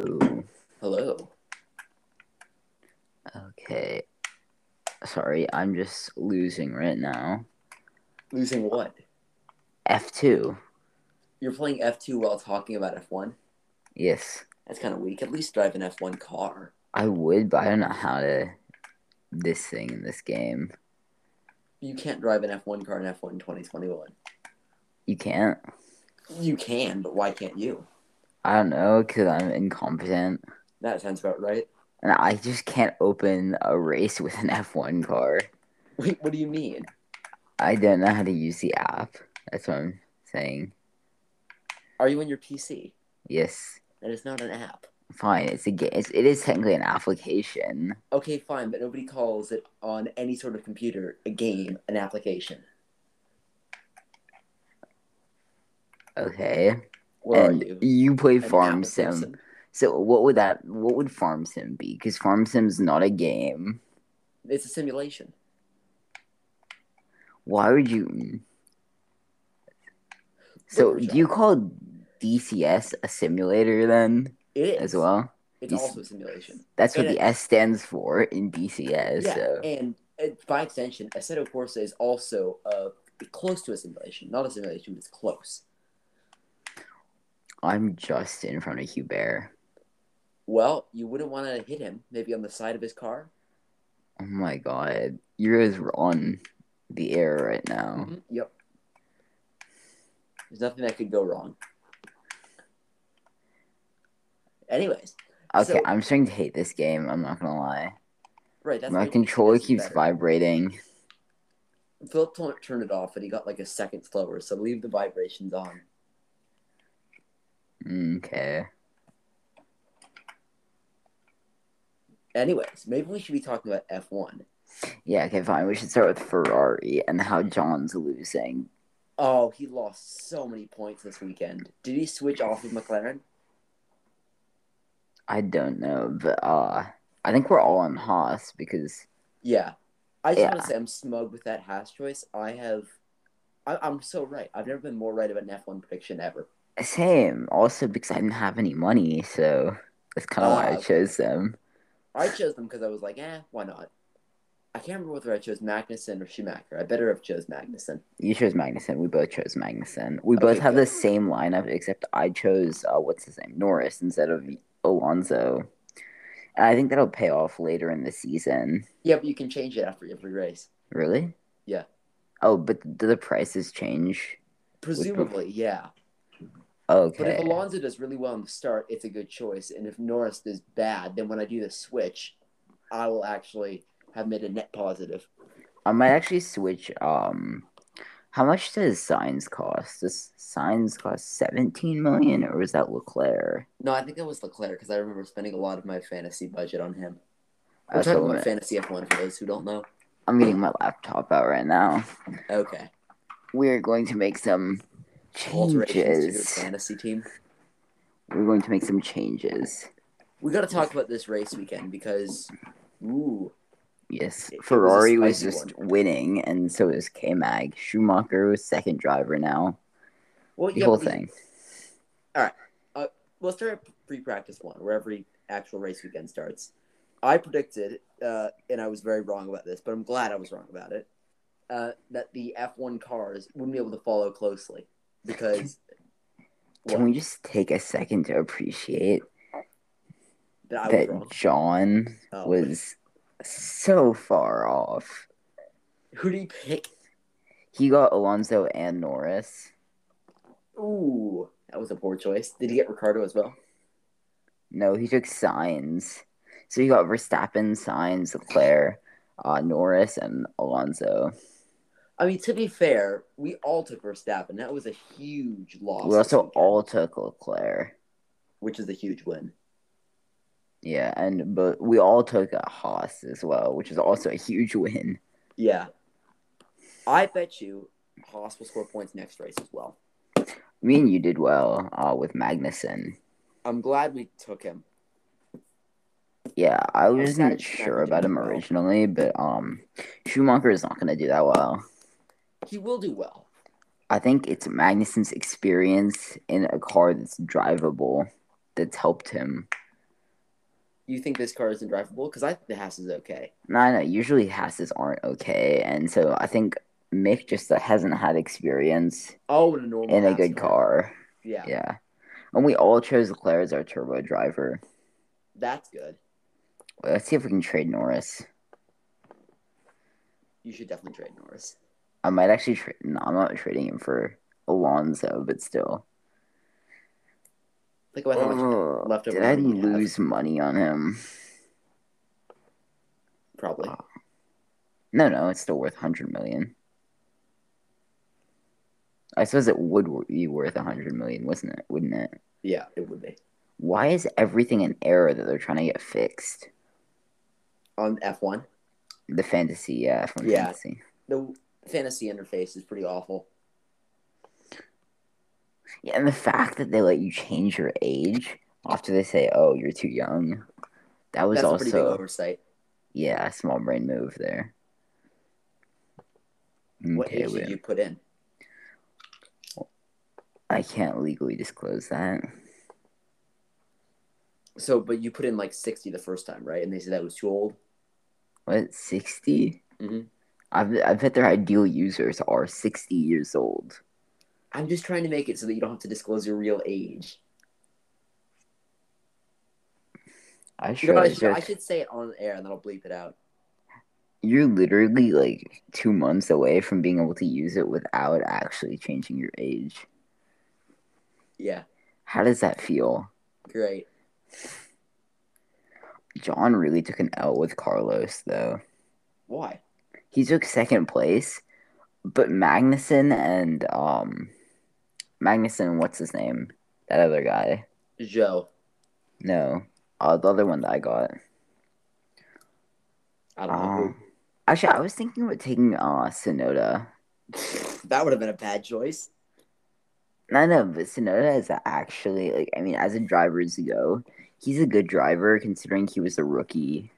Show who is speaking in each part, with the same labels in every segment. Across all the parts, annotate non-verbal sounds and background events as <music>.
Speaker 1: Ooh.
Speaker 2: Hello.
Speaker 1: Okay. Sorry, I'm just losing right now.
Speaker 2: Losing what?
Speaker 1: F2.
Speaker 2: You're playing F2 while talking about F1?
Speaker 1: Yes.
Speaker 2: That's kind of weak. At least drive an F1 car.
Speaker 1: I would, but I don't know how to. This thing in this game.
Speaker 2: You can't drive an F1 car in F1 2021.
Speaker 1: You can't.
Speaker 2: You can, but why can't you?
Speaker 1: I don't know, because I'm incompetent.
Speaker 2: That sounds about right.
Speaker 1: And I just can't open a race with an F1 car.
Speaker 2: Wait, what do you mean?
Speaker 1: I don't know how to use the app. That's what I'm saying.
Speaker 2: Are you on your PC?
Speaker 1: Yes.
Speaker 2: That is not an app.
Speaker 1: Fine. It's a game. It is technically an application.
Speaker 2: Okay, fine, but nobody calls it on any sort of computer a game, an application.
Speaker 1: Okay.
Speaker 2: Where
Speaker 1: and
Speaker 2: are you?
Speaker 1: play
Speaker 2: An
Speaker 1: Farm
Speaker 2: app
Speaker 1: Sim.
Speaker 2: person?
Speaker 1: So what would that? What would Farm Sim be? Because Farm Sim's not a game.
Speaker 2: It's a simulation.
Speaker 1: Why would you? mm. So
Speaker 2: Wait,
Speaker 1: do you call DCS a simulator then
Speaker 2: It is.
Speaker 1: as well?
Speaker 2: It's
Speaker 1: You s-
Speaker 2: also a simulation.
Speaker 1: That's what
Speaker 2: And
Speaker 1: the S stands for in DCS.
Speaker 2: Yeah,
Speaker 1: So
Speaker 2: and uh, by extension, Assetto Corsa is also uh, close to a simulation. Not a simulation, but it's close.
Speaker 1: I'm just in front of Hubert.
Speaker 2: Well, you wouldn't want to hit him, maybe on the side of his car.
Speaker 1: Oh my god, Euros were on the air right now.
Speaker 2: Yep. There's nothing that could go wrong. Anyways,
Speaker 1: Okay,
Speaker 2: So-
Speaker 1: I'm starting to hate this game. I'm not gonna lie.
Speaker 2: right, that's
Speaker 1: my
Speaker 2: maybe
Speaker 1: controller
Speaker 2: that's
Speaker 1: keeps
Speaker 2: better.
Speaker 1: vibrating.
Speaker 2: Philip t- turned it off, but he got like a second slower, so leave the vibrations on.
Speaker 1: Mm, Okay.
Speaker 2: Anyways, maybe we should be talking about F1.
Speaker 1: Yeah, okay, fine. We should start with Ferrari and how John's losing.
Speaker 2: Oh, he lost so many points this weekend. Did he switch off of McLaren?
Speaker 1: I don't know, but uh I think we're all on Haas because
Speaker 2: Yeah. I just want
Speaker 1: Yeah.
Speaker 2: to say I'm smug with that Haas choice. I have, I, I'm so right. I've never been more right about an F1 prediction ever.
Speaker 1: same. Also because I didn't have any money, so that's kinda why I
Speaker 2: Ah.
Speaker 1: chose them.
Speaker 2: I chose them because I was like, eh, why not? I can't remember whether I chose Magnussen or Schumacher. I better have chose Magnussen.
Speaker 1: You chose Magnuson, we both chose Magnuson. We
Speaker 2: Okay,
Speaker 1: both have
Speaker 2: good.
Speaker 1: the same lineup except I chose uh what's his name? Norris instead of Alonso. And I think that'll pay off later in the season.
Speaker 2: Yeah, but you can change it after every race.
Speaker 1: Really?
Speaker 2: Yeah.
Speaker 1: Oh, but do the prices change?
Speaker 2: Presumably, yeah.
Speaker 1: Okay.
Speaker 2: But if Alonso does really well in the start, it's a good choice. And if Norris does bad, then when I do the switch, I will actually have made a net positive.
Speaker 1: I might actually switch. Um, how much does signs cost? Does signs cost seventeen million, or is that Leclerc?
Speaker 2: No, I think that was Leclerc because I remember spending a lot of my fantasy budget on him. We're
Speaker 1: That's
Speaker 2: talking
Speaker 1: what
Speaker 2: about
Speaker 1: I'm-
Speaker 2: fantasy F1 for those who don't know.
Speaker 1: I'm getting my laptop out right now.
Speaker 2: Okay.
Speaker 1: We are going to make some
Speaker 2: Alterations to your
Speaker 1: changes.
Speaker 2: fantasy team.
Speaker 1: We're going to make some changes.
Speaker 2: We got to talk about this race weekend because, ooh,
Speaker 1: Yes,
Speaker 2: It- it was a
Speaker 1: Ferrari was,
Speaker 2: spicy
Speaker 1: just winning, and so was K Mag. Schumacher was second driver now.
Speaker 2: well,
Speaker 1: The
Speaker 2: yeah,
Speaker 1: whole
Speaker 2: but we-
Speaker 1: thing.
Speaker 2: Well, start at pre-practice one, where every actual race weekend starts. I predicted, uh, and I was very wrong about this, but I'm glad I was wrong about it, uh, that the F1 cars wouldn't be able to follow closely because
Speaker 1: <laughs> Can we just take a second to appreciate
Speaker 2: that I was
Speaker 1: that
Speaker 2: wrong.
Speaker 1: John
Speaker 2: Oh.
Speaker 1: was so far off?
Speaker 2: Who do you pick?
Speaker 1: He got Alonso and Norris.
Speaker 2: Ooh, that was a poor choice. Did he get Ricardo as well?
Speaker 1: No, he took signs. So he got Verstappen, signs, Leclerc, uh, Norris, and Alonso.
Speaker 2: I mean, to be fair, we all took Verstappen. That was a huge loss.
Speaker 1: We also
Speaker 2: this weekend,
Speaker 1: all took Leclerc.
Speaker 2: which is a huge win.
Speaker 1: Yeah, and but we all took a Haas as well, which is also a huge win.
Speaker 2: Yeah, I bet you Haas will score points next race as well.
Speaker 1: Me and you did well uh, with Magnussen.
Speaker 2: I'm glad we took him.
Speaker 1: Yeah, I
Speaker 2: was
Speaker 1: wasn't
Speaker 2: sad Schumacher
Speaker 1: sure about
Speaker 2: didn't
Speaker 1: him
Speaker 2: do well.
Speaker 1: originally, but um, Schumacher is not going to do that well.
Speaker 2: He will do well.
Speaker 1: I think it's Magnuson's experience in a car that's drivable that's helped him.
Speaker 2: you think this car isn't drivable? Because I think the Haas is okay.
Speaker 1: No, no. Usually Hasses aren't okay, and so I think Mick just hasn't had experience
Speaker 2: Oh, in a normal
Speaker 1: in a
Speaker 2: Haas
Speaker 1: good car.
Speaker 2: Yeah,
Speaker 1: Yeah. and we all chose Leclerc as our turbo driver.
Speaker 2: that's good.
Speaker 1: Wait, Let's see if we can trade Norris.
Speaker 2: You should definitely trade Norris.
Speaker 1: I might actually trade. No, I'm not trading him for Alonso, but still.
Speaker 2: Think about how much
Speaker 1: Ugh,
Speaker 2: leftover
Speaker 1: did I
Speaker 2: money you have.
Speaker 1: lose money on him?
Speaker 2: probably.
Speaker 1: No, no, it's still worth hundred million. I suppose it would be worth hundred million, wasn't it? Wouldn't it?
Speaker 2: Yeah, it would be
Speaker 1: Why is everything an error that they're trying to get fixed?
Speaker 2: on F one.
Speaker 1: The fantasy, yeah, from
Speaker 2: Yeah.
Speaker 1: fantasy.
Speaker 2: The fantasy interface is pretty awful.
Speaker 1: Yeah, and the fact that they let you change your age after they say, "Oh, you're too young," that was
Speaker 2: That's a pretty big
Speaker 1: also
Speaker 2: oversight.
Speaker 1: yeah, a small brain move there.
Speaker 2: What
Speaker 1: Okay,
Speaker 2: age
Speaker 1: we-
Speaker 2: did you put in?
Speaker 1: I can't legally disclose that.
Speaker 2: So, but you put in like sixty the first time, right? And they said that was too old.
Speaker 1: What 60
Speaker 2: Mhm.
Speaker 1: I've I bet their ideal users are sixty years old.
Speaker 2: I'm just trying to make it so that you don't have to disclose your real age.
Speaker 1: I
Speaker 2: You know
Speaker 1: sure.
Speaker 2: what I
Speaker 1: is
Speaker 2: should, I
Speaker 1: there-
Speaker 2: should say it on air, and then I'll bleep it out.
Speaker 1: You're literally like two months away from being able to use it without actually changing your age.
Speaker 2: Yeah,
Speaker 1: How does that feel?
Speaker 2: great.
Speaker 1: John really took an L with Carlos though.
Speaker 2: Why?
Speaker 1: He took second place, but Magnuson and um, Magnuson and what's his name? That other guy.
Speaker 2: Joe.
Speaker 1: No, uh, the other one that I got.
Speaker 2: I don't know.
Speaker 1: Um, actually, I was thinking about taking uh Sonoda.
Speaker 2: who- that would have been a bad choice.
Speaker 1: No, no, but Sonoda is actually like I mean, as a driver to go, he's a good driver considering he was a rookie.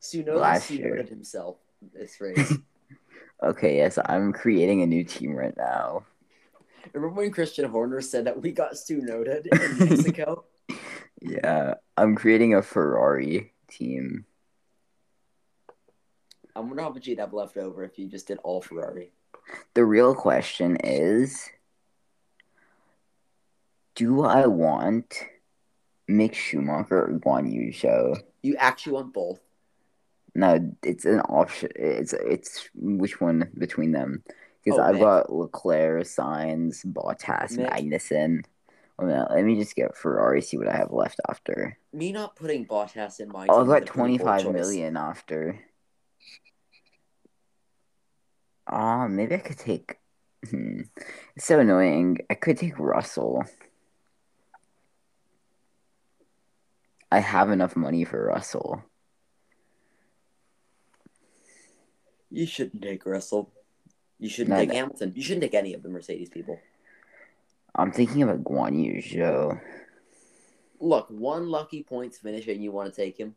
Speaker 2: Sunoda
Speaker 1: Last year.
Speaker 2: Sunoda himself
Speaker 1: <laughs>
Speaker 2: this race.
Speaker 1: Okay, yes, I'm creating a new team right now.
Speaker 2: Remember when Christian Horner said that we got Sunoda
Speaker 1: <laughs>
Speaker 2: in Mexico?
Speaker 1: Yeah, I'm creating a Ferrari team.
Speaker 2: I wonder how much you'd have left over if you just did all Ferrari.
Speaker 1: The real question is, do I want Mick Schumacher or Guan Yu Zhou?
Speaker 2: You actually want both.
Speaker 1: No, it's an option. It's it's which one between them? Because
Speaker 2: Oh,
Speaker 1: I've
Speaker 2: Mick.
Speaker 1: got Leclerc, Signs, Bottas,
Speaker 2: Mick.
Speaker 1: Magnussen. Oh no, let me just get Ferrari. See what I have left after.
Speaker 2: Me not putting Bottas in my.
Speaker 1: Oh, I've got
Speaker 2: team is a pretty
Speaker 1: twenty
Speaker 2: bold
Speaker 1: five
Speaker 2: choice.
Speaker 1: million after. Ah, maybe I could take. Hmm. It's so annoying. I could take Russell. I have enough money for Russell.
Speaker 2: You shouldn't take Russell. You shouldn't
Speaker 1: No,
Speaker 2: take
Speaker 1: no.
Speaker 2: Hamilton. You shouldn't take any of the Mercedes people.
Speaker 1: I'm thinking about Guan Yu Zhou.
Speaker 2: Look, one lucky points finish and you want to take him.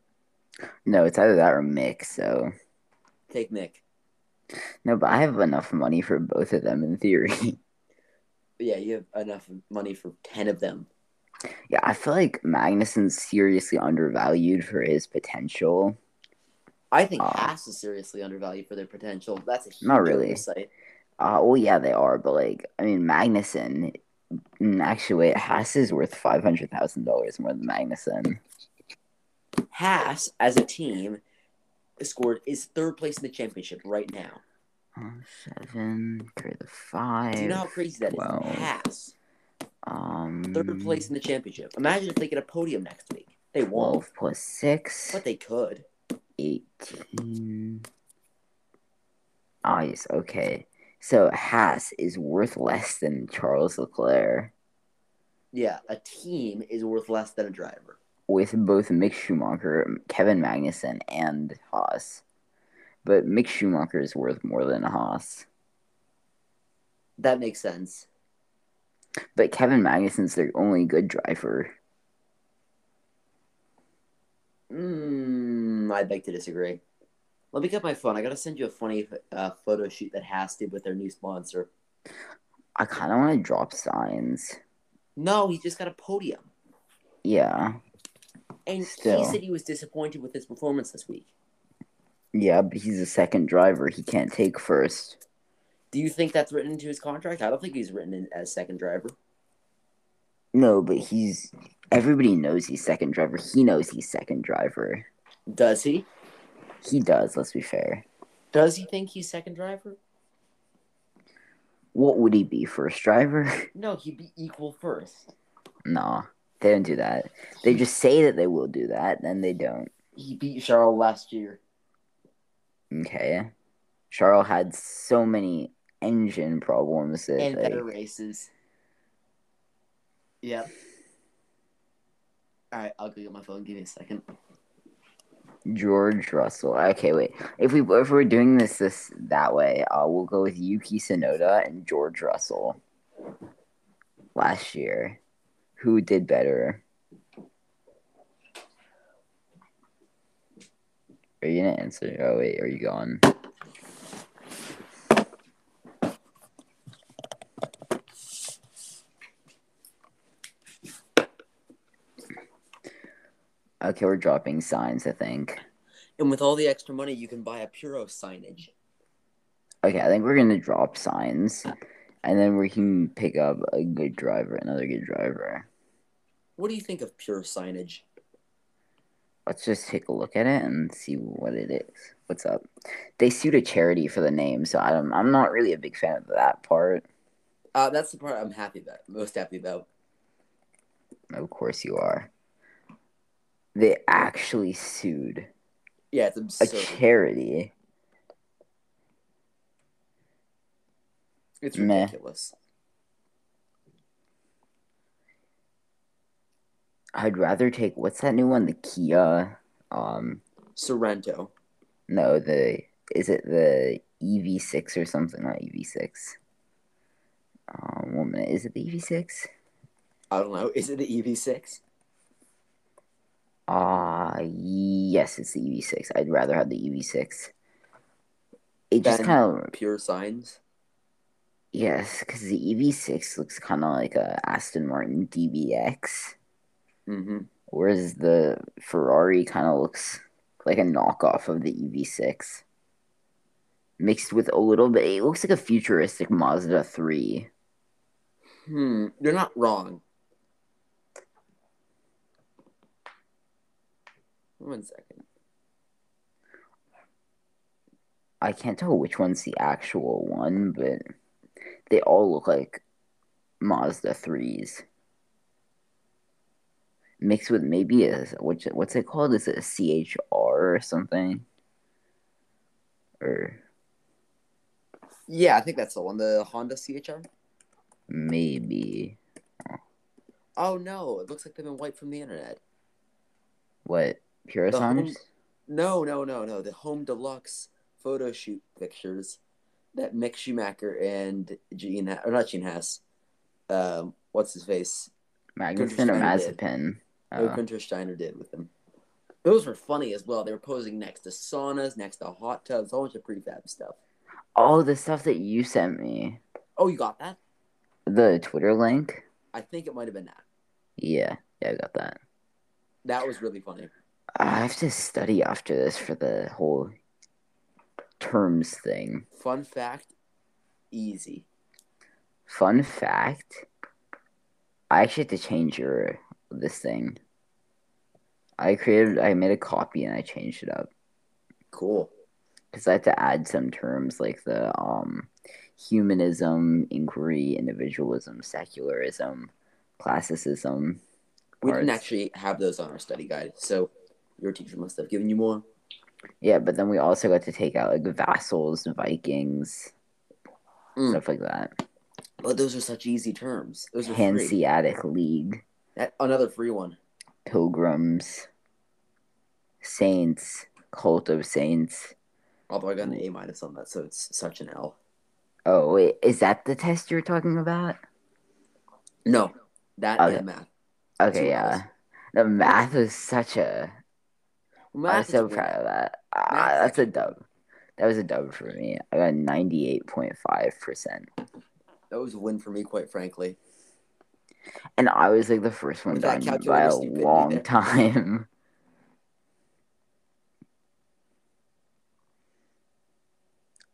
Speaker 1: No, it's either that or Mick. So.
Speaker 2: Take Mick.
Speaker 1: No, but I have enough money for both of them in theory. <laughs>
Speaker 2: But yeah, you have enough money for ten of them.
Speaker 1: yeah, I feel like Magnuson's seriously undervalued for his potential.
Speaker 2: I think
Speaker 1: Oh.
Speaker 2: Haas is seriously undervalued for their potential. That's a huge
Speaker 1: Not really.
Speaker 2: oversight.
Speaker 1: Uh, well, yeah, they are, but like, I mean, Magnuson. mm, Actually, wait, Haas is worth five hundred thousand dollars more than Magnuson.
Speaker 2: Haas as a team scored is third place in the championship right now.
Speaker 1: Oh, Seven, carry the five.
Speaker 2: Do you know how crazy that is?
Speaker 1: Wow.
Speaker 2: Haas
Speaker 1: um,
Speaker 2: third place in the championship. Imagine if they get a podium next week. They won't,
Speaker 1: Twelve plus six.
Speaker 2: but they could.
Speaker 1: 18. Ah, yes, okay. So Haas is worth less than Charles Leclerc,
Speaker 2: Yeah, a team is worth less than a driver.
Speaker 1: with both Mick Schumacher, Kevin Magnussen, and Haas. But Mick Schumacher is worth more than Haas.
Speaker 2: That makes sense.
Speaker 1: But Kevin Magnussen's their only good driver.
Speaker 2: Mm, I beg to disagree. Let me get my phone. I gotta send you a funny uh, photo shoot that Haas did with their new sponsor.
Speaker 1: I kind of want to drop signs.
Speaker 2: No, he just got a podium.
Speaker 1: Yeah.
Speaker 2: And
Speaker 1: Still.
Speaker 2: he said he was disappointed with his performance this week.
Speaker 1: Yeah, but he's a second driver. He can't take first.
Speaker 2: Do you think that's written into his contract? I don't think he's written in as second driver.
Speaker 1: No, but he's. Everybody knows he's second driver. He knows he's second driver.
Speaker 2: Does he?
Speaker 1: He does, let's be fair.
Speaker 2: Does he think he's second driver?
Speaker 1: What would he be, first driver? <laughs>
Speaker 2: No, he'd be equal first.
Speaker 1: nah, they don't do that. They just say that they will do that, then they don't.
Speaker 2: He beat Charles last year.
Speaker 1: Okay. Charles had so many engine problems that
Speaker 2: and
Speaker 1: like,
Speaker 2: better races. Yep. All right, I'll go get my phone. Give me a second.
Speaker 1: George Russell. Okay, wait. If we if we're doing this this that way, uh, we'll go with Yuki Tsunoda and George Russell. Last year, who did better? Are you gonna answer? Oh wait, are you gone? Okay, we're dropping signs. I think.
Speaker 2: And with all the extra money, you can buy a Puro signage.
Speaker 1: Okay, I think we're gonna drop signs, and then we can pick up a good driver, another good driver.
Speaker 2: What do you think of Puro signage?
Speaker 1: Let's just take a look at it and see what it is. What's up? They sued a charity for the name, so I don't, I'm not really a big fan of that part.
Speaker 2: Uh, that's the part I'm happy about, most happy about.
Speaker 1: Of course, you are. They actually sued
Speaker 2: Yeah, it's
Speaker 1: a
Speaker 2: absurd.
Speaker 1: charity.
Speaker 2: it's
Speaker 1: meh.
Speaker 2: ridiculous.
Speaker 1: I'd rather take what's that new one? The Kia. Um,
Speaker 2: Sorrento.
Speaker 1: no, the is it the EV6 or something? Not EV6. Um, one minute, is it the EV6?
Speaker 2: I don't know. Is it the E EV6?
Speaker 1: Ah, yes, it's the EV6. I'd rather have the EV6. It just
Speaker 2: Then-
Speaker 1: kind of
Speaker 2: Pure signs.
Speaker 1: yes, because the EV6 looks kind of like a Aston Martin DBX,
Speaker 2: Mm-hmm.
Speaker 1: whereas the Ferrari kind of looks like a knockoff of the EV6, mixed with a little bit. It looks like a futuristic Mazda 3.
Speaker 2: Hmm. You're not wrong. One second.
Speaker 1: I can't tell which one's the actual one, but they all look like Mazda 3s. Mixed with maybe a which what's it called? Is it a CHR or something? Or
Speaker 2: Yeah, I think that's the one. The Honda CHR.
Speaker 1: maybe
Speaker 2: Oh no! It looks like they've been wiped from the internet.
Speaker 1: what Pure
Speaker 2: The
Speaker 1: Signs?
Speaker 2: Hon- No, no, no, no. The home deluxe photo shoot pictures that Mick Schumacher and Gene, Ha- or not Gene Haas, um, what's his face,
Speaker 1: Magnuson or
Speaker 2: Steiner did.
Speaker 1: Mazepin?
Speaker 2: uh,
Speaker 1: Uh,
Speaker 2: Gunter Steiner did with them. Those were funny as well. They were posing next to saunas, next to hot tubs, a whole bunch of prefab stuff.
Speaker 1: all Oh, the stuff that you sent me,
Speaker 2: Oh, you got that?
Speaker 1: the Twitter link.
Speaker 2: I think it might have been that.
Speaker 1: Yeah, yeah, I got that.
Speaker 2: That was really funny.
Speaker 1: I have to study after this for the whole terms thing.
Speaker 2: Fun fact, easy.
Speaker 1: Fun fact I actually had to change your this thing. I created I made a copy and I changed it up
Speaker 2: Cool.
Speaker 1: because I had to add some terms like the um humanism, inquiry, individualism, secularism, classicism.
Speaker 2: We didn't
Speaker 1: parts.
Speaker 2: actually have those on our study guide, so your teacher must have given you more.
Speaker 1: Yeah, but then we also got to take out like vassals, Vikings,
Speaker 2: Mm.
Speaker 1: stuff like that.
Speaker 2: But those are such easy terms. Those are free.
Speaker 1: Hanseatic League.
Speaker 2: That, another free one.
Speaker 1: pilgrims, saints, cult of saints.
Speaker 2: Although I got an A minus on that, so it's such an L.
Speaker 1: Oh wait, is that the test you're talking about?
Speaker 2: No, that
Speaker 1: Okay.
Speaker 2: is math.
Speaker 1: Okay,
Speaker 2: what
Speaker 1: yeah. The math is such a.
Speaker 2: Math
Speaker 1: am
Speaker 2: is
Speaker 1: so
Speaker 2: weird.
Speaker 1: proud of that. Ah,
Speaker 2: Math is
Speaker 1: that's a
Speaker 2: actually-
Speaker 1: dub. That was a dub for me. I got ninety eight point five percent,
Speaker 2: That was a win for me, quite frankly.
Speaker 1: and I was like the first one
Speaker 2: With that
Speaker 1: done by
Speaker 2: calculator
Speaker 1: a
Speaker 2: stupidity
Speaker 1: long
Speaker 2: there.
Speaker 1: time. <laughs>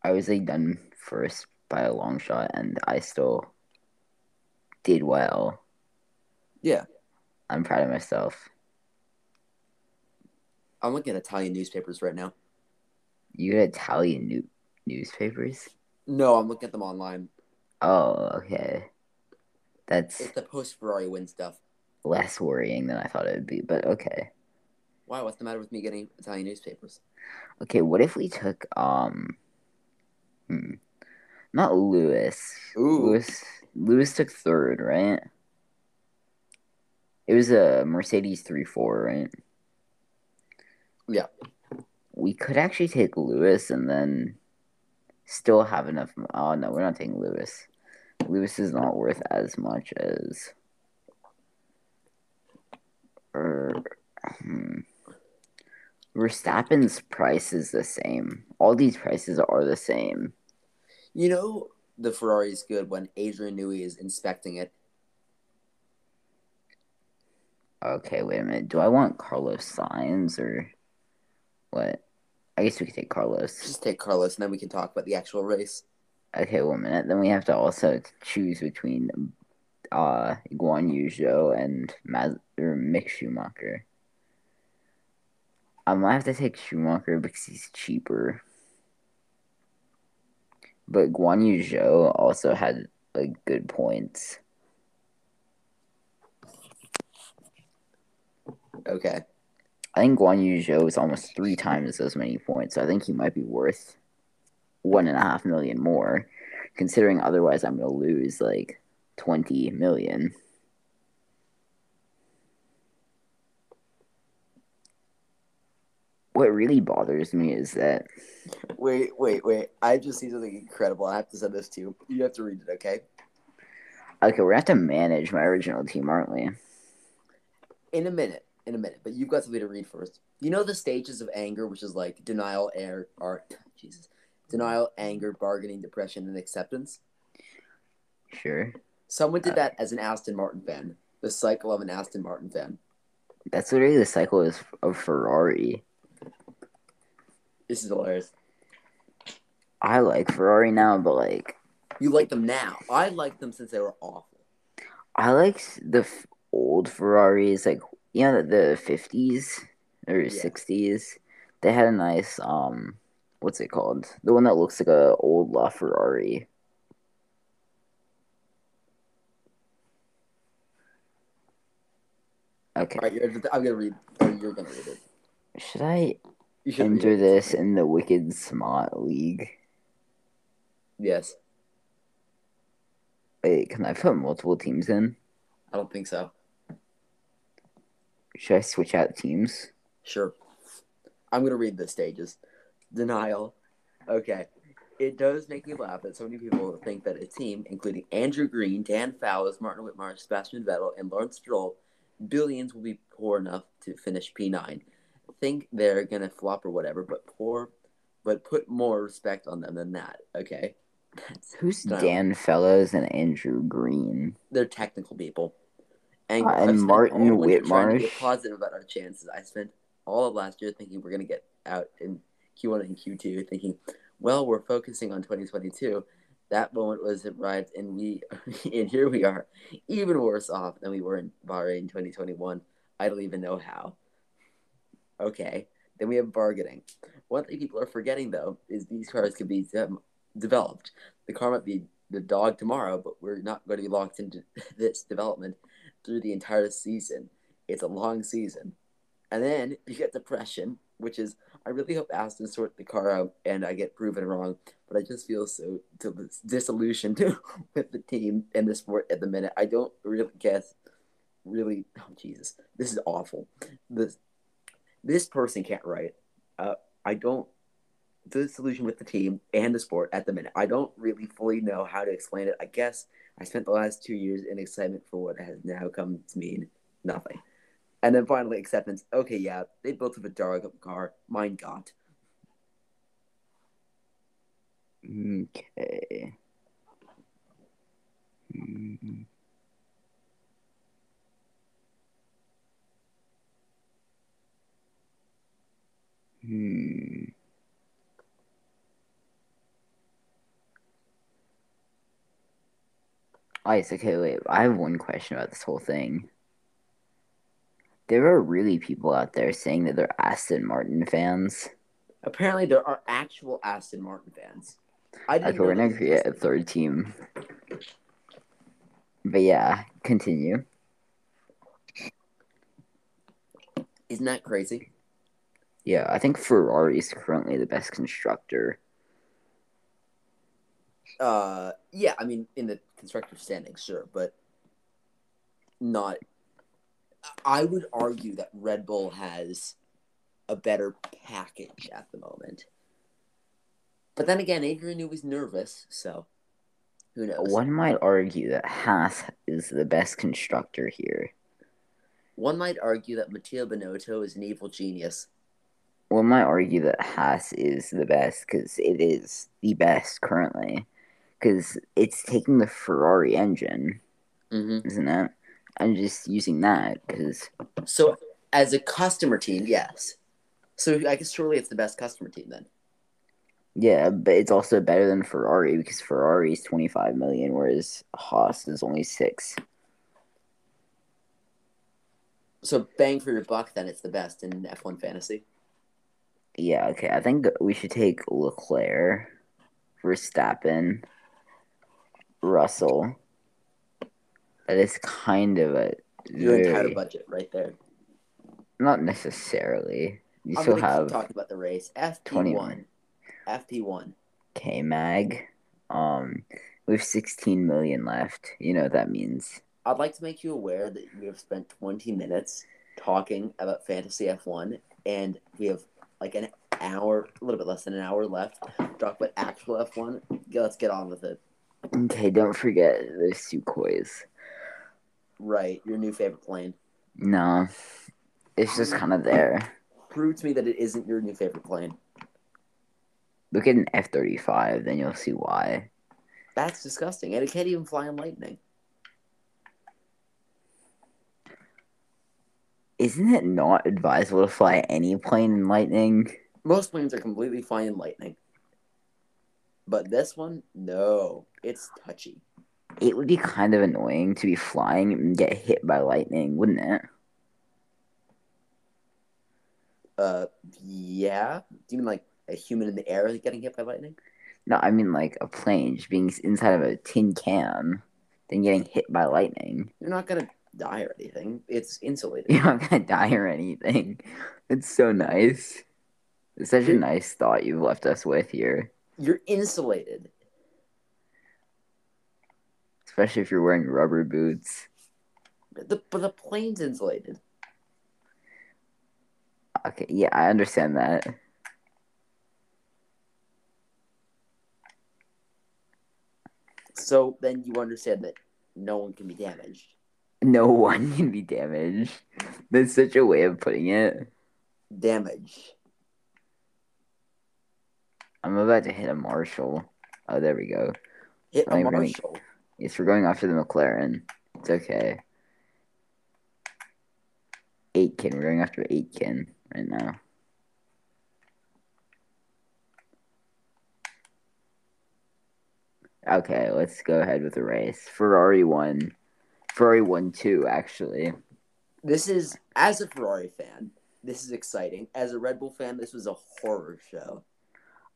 Speaker 1: I was like done first by a long shot, and I still did well.
Speaker 2: Yeah.
Speaker 1: I'm proud of myself.
Speaker 2: I'm looking at Italian newspapers right now.
Speaker 1: You get Italian new- newspapers?
Speaker 2: No, I'm looking at them online.
Speaker 1: Oh, okay. That's
Speaker 2: It's the post Ferrari win stuff.
Speaker 1: less worrying than I thought it would be, but okay.
Speaker 2: Wow, what's the matter with me getting Italian newspapers?
Speaker 1: Okay, what if we took um hmm, not Lewis.
Speaker 2: Ooh.
Speaker 1: Lewis Lewis took third, right? It was a Mercedes 3-4, right?
Speaker 2: Yeah.
Speaker 1: We could actually take Lewis and then still have enough oh no, we're not taking Lewis. Lewis is not worth as much as er, hmm. Verstappen's price is the same. All these prices are the same.
Speaker 2: You know, the Ferrari is good when Adrian Newey is inspecting it. <laughs>
Speaker 1: Okay, wait a minute. Do I want Carlos Sainz or what? I guess we could take Carlos.
Speaker 2: Just take Carlos and then we can talk about the actual race.
Speaker 1: Okay, one minute. Then we have to also choose between uh Guan Yu Zhou and Maz- or Mick Schumacher. I might have to take Schumacher because he's cheaper. But Guan Yu Zhou also had like good points.
Speaker 2: Okay.
Speaker 1: I think Guan Yu Zhou is almost three times as many points. So I think he might be worth one and a half million more, considering otherwise I'm going to lose like 20 million. What really bothers me is that
Speaker 2: Wait, wait, wait. I just see something incredible. I have to send this to you. You have to read it, okay?
Speaker 1: okay, we're gonna have to manage my original team, aren't we?
Speaker 2: In a minute. In a minute. But you've got something to read first. You know the stages of anger, which is like denial, air, art, Jesus. Denial, anger, bargaining, depression, and acceptance.
Speaker 1: Sure.
Speaker 2: Someone
Speaker 1: Uh.
Speaker 2: did that as an Aston Martin fan. The cycle of an Aston Martin fan.
Speaker 1: That's literally the cycle is of Ferrari.
Speaker 2: This is hilarious.
Speaker 1: I like Ferrari now, but like
Speaker 2: You like them now. I liked them since they were awful.
Speaker 1: I like s- the f- old Ferraris, like you know the fifties or
Speaker 2: Yeah.
Speaker 1: sixties. They had a nice um, what's it called? The one that looks like a old LaFerrari. Okay,
Speaker 2: All right, you're, I'm gonna read. Or you're gonna read it.
Speaker 1: should I
Speaker 2: You should
Speaker 1: enter
Speaker 2: read it.
Speaker 1: this in the Wicked Smart League?
Speaker 2: Yes,
Speaker 1: Wait, can I put multiple teams in?
Speaker 2: I don't think so.
Speaker 1: Should I switch out teams?
Speaker 2: Sure. I'm gonna read the stages. Denial. Okay. It does make me laugh that so many people think that a team, including Andrew Green, Dan Fowles, Martin Whitmarsh, Sebastian Vettel, and Lawrence Stroll, billions will be poor enough to finish P9. Think they're gonna flop or whatever, but poor, but put more respect on them than that. Okay. That's,
Speaker 1: Who's
Speaker 2: No.
Speaker 1: Dan Fellows and Andrew Green?
Speaker 2: they're technical people.
Speaker 1: Uh,
Speaker 2: I've
Speaker 1: and
Speaker 2: spent
Speaker 1: Martin
Speaker 2: all winter Trying to
Speaker 1: Whitmarsh.
Speaker 2: get positive about our chances. I spent all of last year thinking we're going to get out in Q1 and Q2, thinking, well, we're focusing on 2022. That moment was arrived, and we, <laughs> and here we are, even worse off than we were in Bahrain 2021. I don't even know how. Okay, then we have bargaining. One thing people are forgetting though is these cars could be de- developed. The car might be the dog tomorrow, but we're not going to be locked into <laughs> this development through the entire season. It's a long season. And then you get depression, which is I really hope Aston sort the car out and I get proven wrong, but I just feel so dil- disillusioned <laughs> with the team and the sport at the minute. I don't really guess really oh Jesus. This is awful. This this person can't write. Uh, I don't disillusioned with the team and the sport at the minute. I don't really fully know how to explain it. I guess I spent the last two years in excitement for what has now come to mean nothing. And then finally, acceptance. Okay, yeah, they built up a dog of a car. Mine got.
Speaker 1: Okay. Mm. Hmm. Ice, okay, wait. I have one question about this whole thing. There are really people out there saying that they're Aston Martin fans.
Speaker 2: Apparently, there are actual Aston Martin fans. I didn't
Speaker 1: Okay, we're
Speaker 2: know
Speaker 1: gonna create a third team. But yeah, continue.
Speaker 2: Isn't that crazy?
Speaker 1: Yeah, I think Ferrari is currently the best constructor.
Speaker 2: Uh, yeah, I mean, in the constructive standing, sure, but not. I would argue that Red Bull has a better package at the moment. But then again, Adrian Newey was nervous, so who knows?
Speaker 1: One might argue that Haas is the best constructor here.
Speaker 2: One might argue that Matteo Bonotto is an evil genius.
Speaker 1: One might argue that Haas is the best because it is the best currently. Because it's taking the Ferrari engine,
Speaker 2: Mm-hmm.
Speaker 1: isn't it? And just using that because
Speaker 2: So, as a customer team, yes. So I guess surely it's the best customer team then.
Speaker 1: Yeah, but it's also better than Ferrari because Ferrari is 25 million, whereas Haas is only six.
Speaker 2: So bang for your buck, then it's the best in F one fantasy.
Speaker 1: Yeah, okay. I think we should take Leclerc, Verstappen, Russell. That is kind of a
Speaker 2: Your entire
Speaker 1: very-
Speaker 2: budget right there.
Speaker 1: not necessarily. You
Speaker 2: I'm
Speaker 1: still
Speaker 2: gonna
Speaker 1: have
Speaker 2: keep talking about the race. FP one,
Speaker 1: 21.
Speaker 2: FP one.
Speaker 1: K Mag. Um, we have 16 million left. You know what that means.
Speaker 2: I'd like to make you aware that we have spent 20 minutes talking about fantasy F one, and we have like an hour, a little bit less than an hour left. to Talk about actual F one. Let's get on with it.
Speaker 1: Okay, don't forget the Sukhois.
Speaker 2: Right, your new favorite plane.
Speaker 1: No, it's
Speaker 2: Um,
Speaker 1: just kind of there.
Speaker 2: Prove to me that it isn't your new favorite plane.
Speaker 1: Look at an F thirty five, then you'll see why.
Speaker 2: That's disgusting. And it can't even fly in lightning.
Speaker 1: Isn't it not advisable to fly any plane in lightning?
Speaker 2: Most planes are completely flying in lightning. But this one, no. It's touchy.
Speaker 1: It would be kind of annoying to be flying and get hit by lightning, wouldn't it?
Speaker 2: Uh yeah. Do you mean like a human in the air getting hit by lightning?
Speaker 1: No, I mean like a plane just being inside of a tin can, then getting hit by lightning. <laughs>
Speaker 2: You're not gonna die or anything. It's insulated.
Speaker 1: You're not gonna die or anything. It's so nice. It's such a nice thought you've left us with here,
Speaker 2: You're insulated.
Speaker 1: especially if you're wearing rubber boots.
Speaker 2: The but the plane's insulated.
Speaker 1: Okay, yeah, I understand that.
Speaker 2: So then you understand that no one can be damaged.
Speaker 1: no <laughs> one can be damaged. That's such a way of putting it.
Speaker 2: Damage.
Speaker 1: I'm about to hit a Marshall. Oh, there we go.
Speaker 2: Hit
Speaker 1: I'm
Speaker 2: a
Speaker 1: gonna-
Speaker 2: marshal.
Speaker 1: Yes, we're going after the McLaren. It's okay. Aitken. We're going after Aitken right now. Okay, let's go ahead with the race. Ferrari won. Ferrari won two, actually.
Speaker 2: This is as a Ferrari fan, this is exciting. As a Red Bull fan, this was a horror show.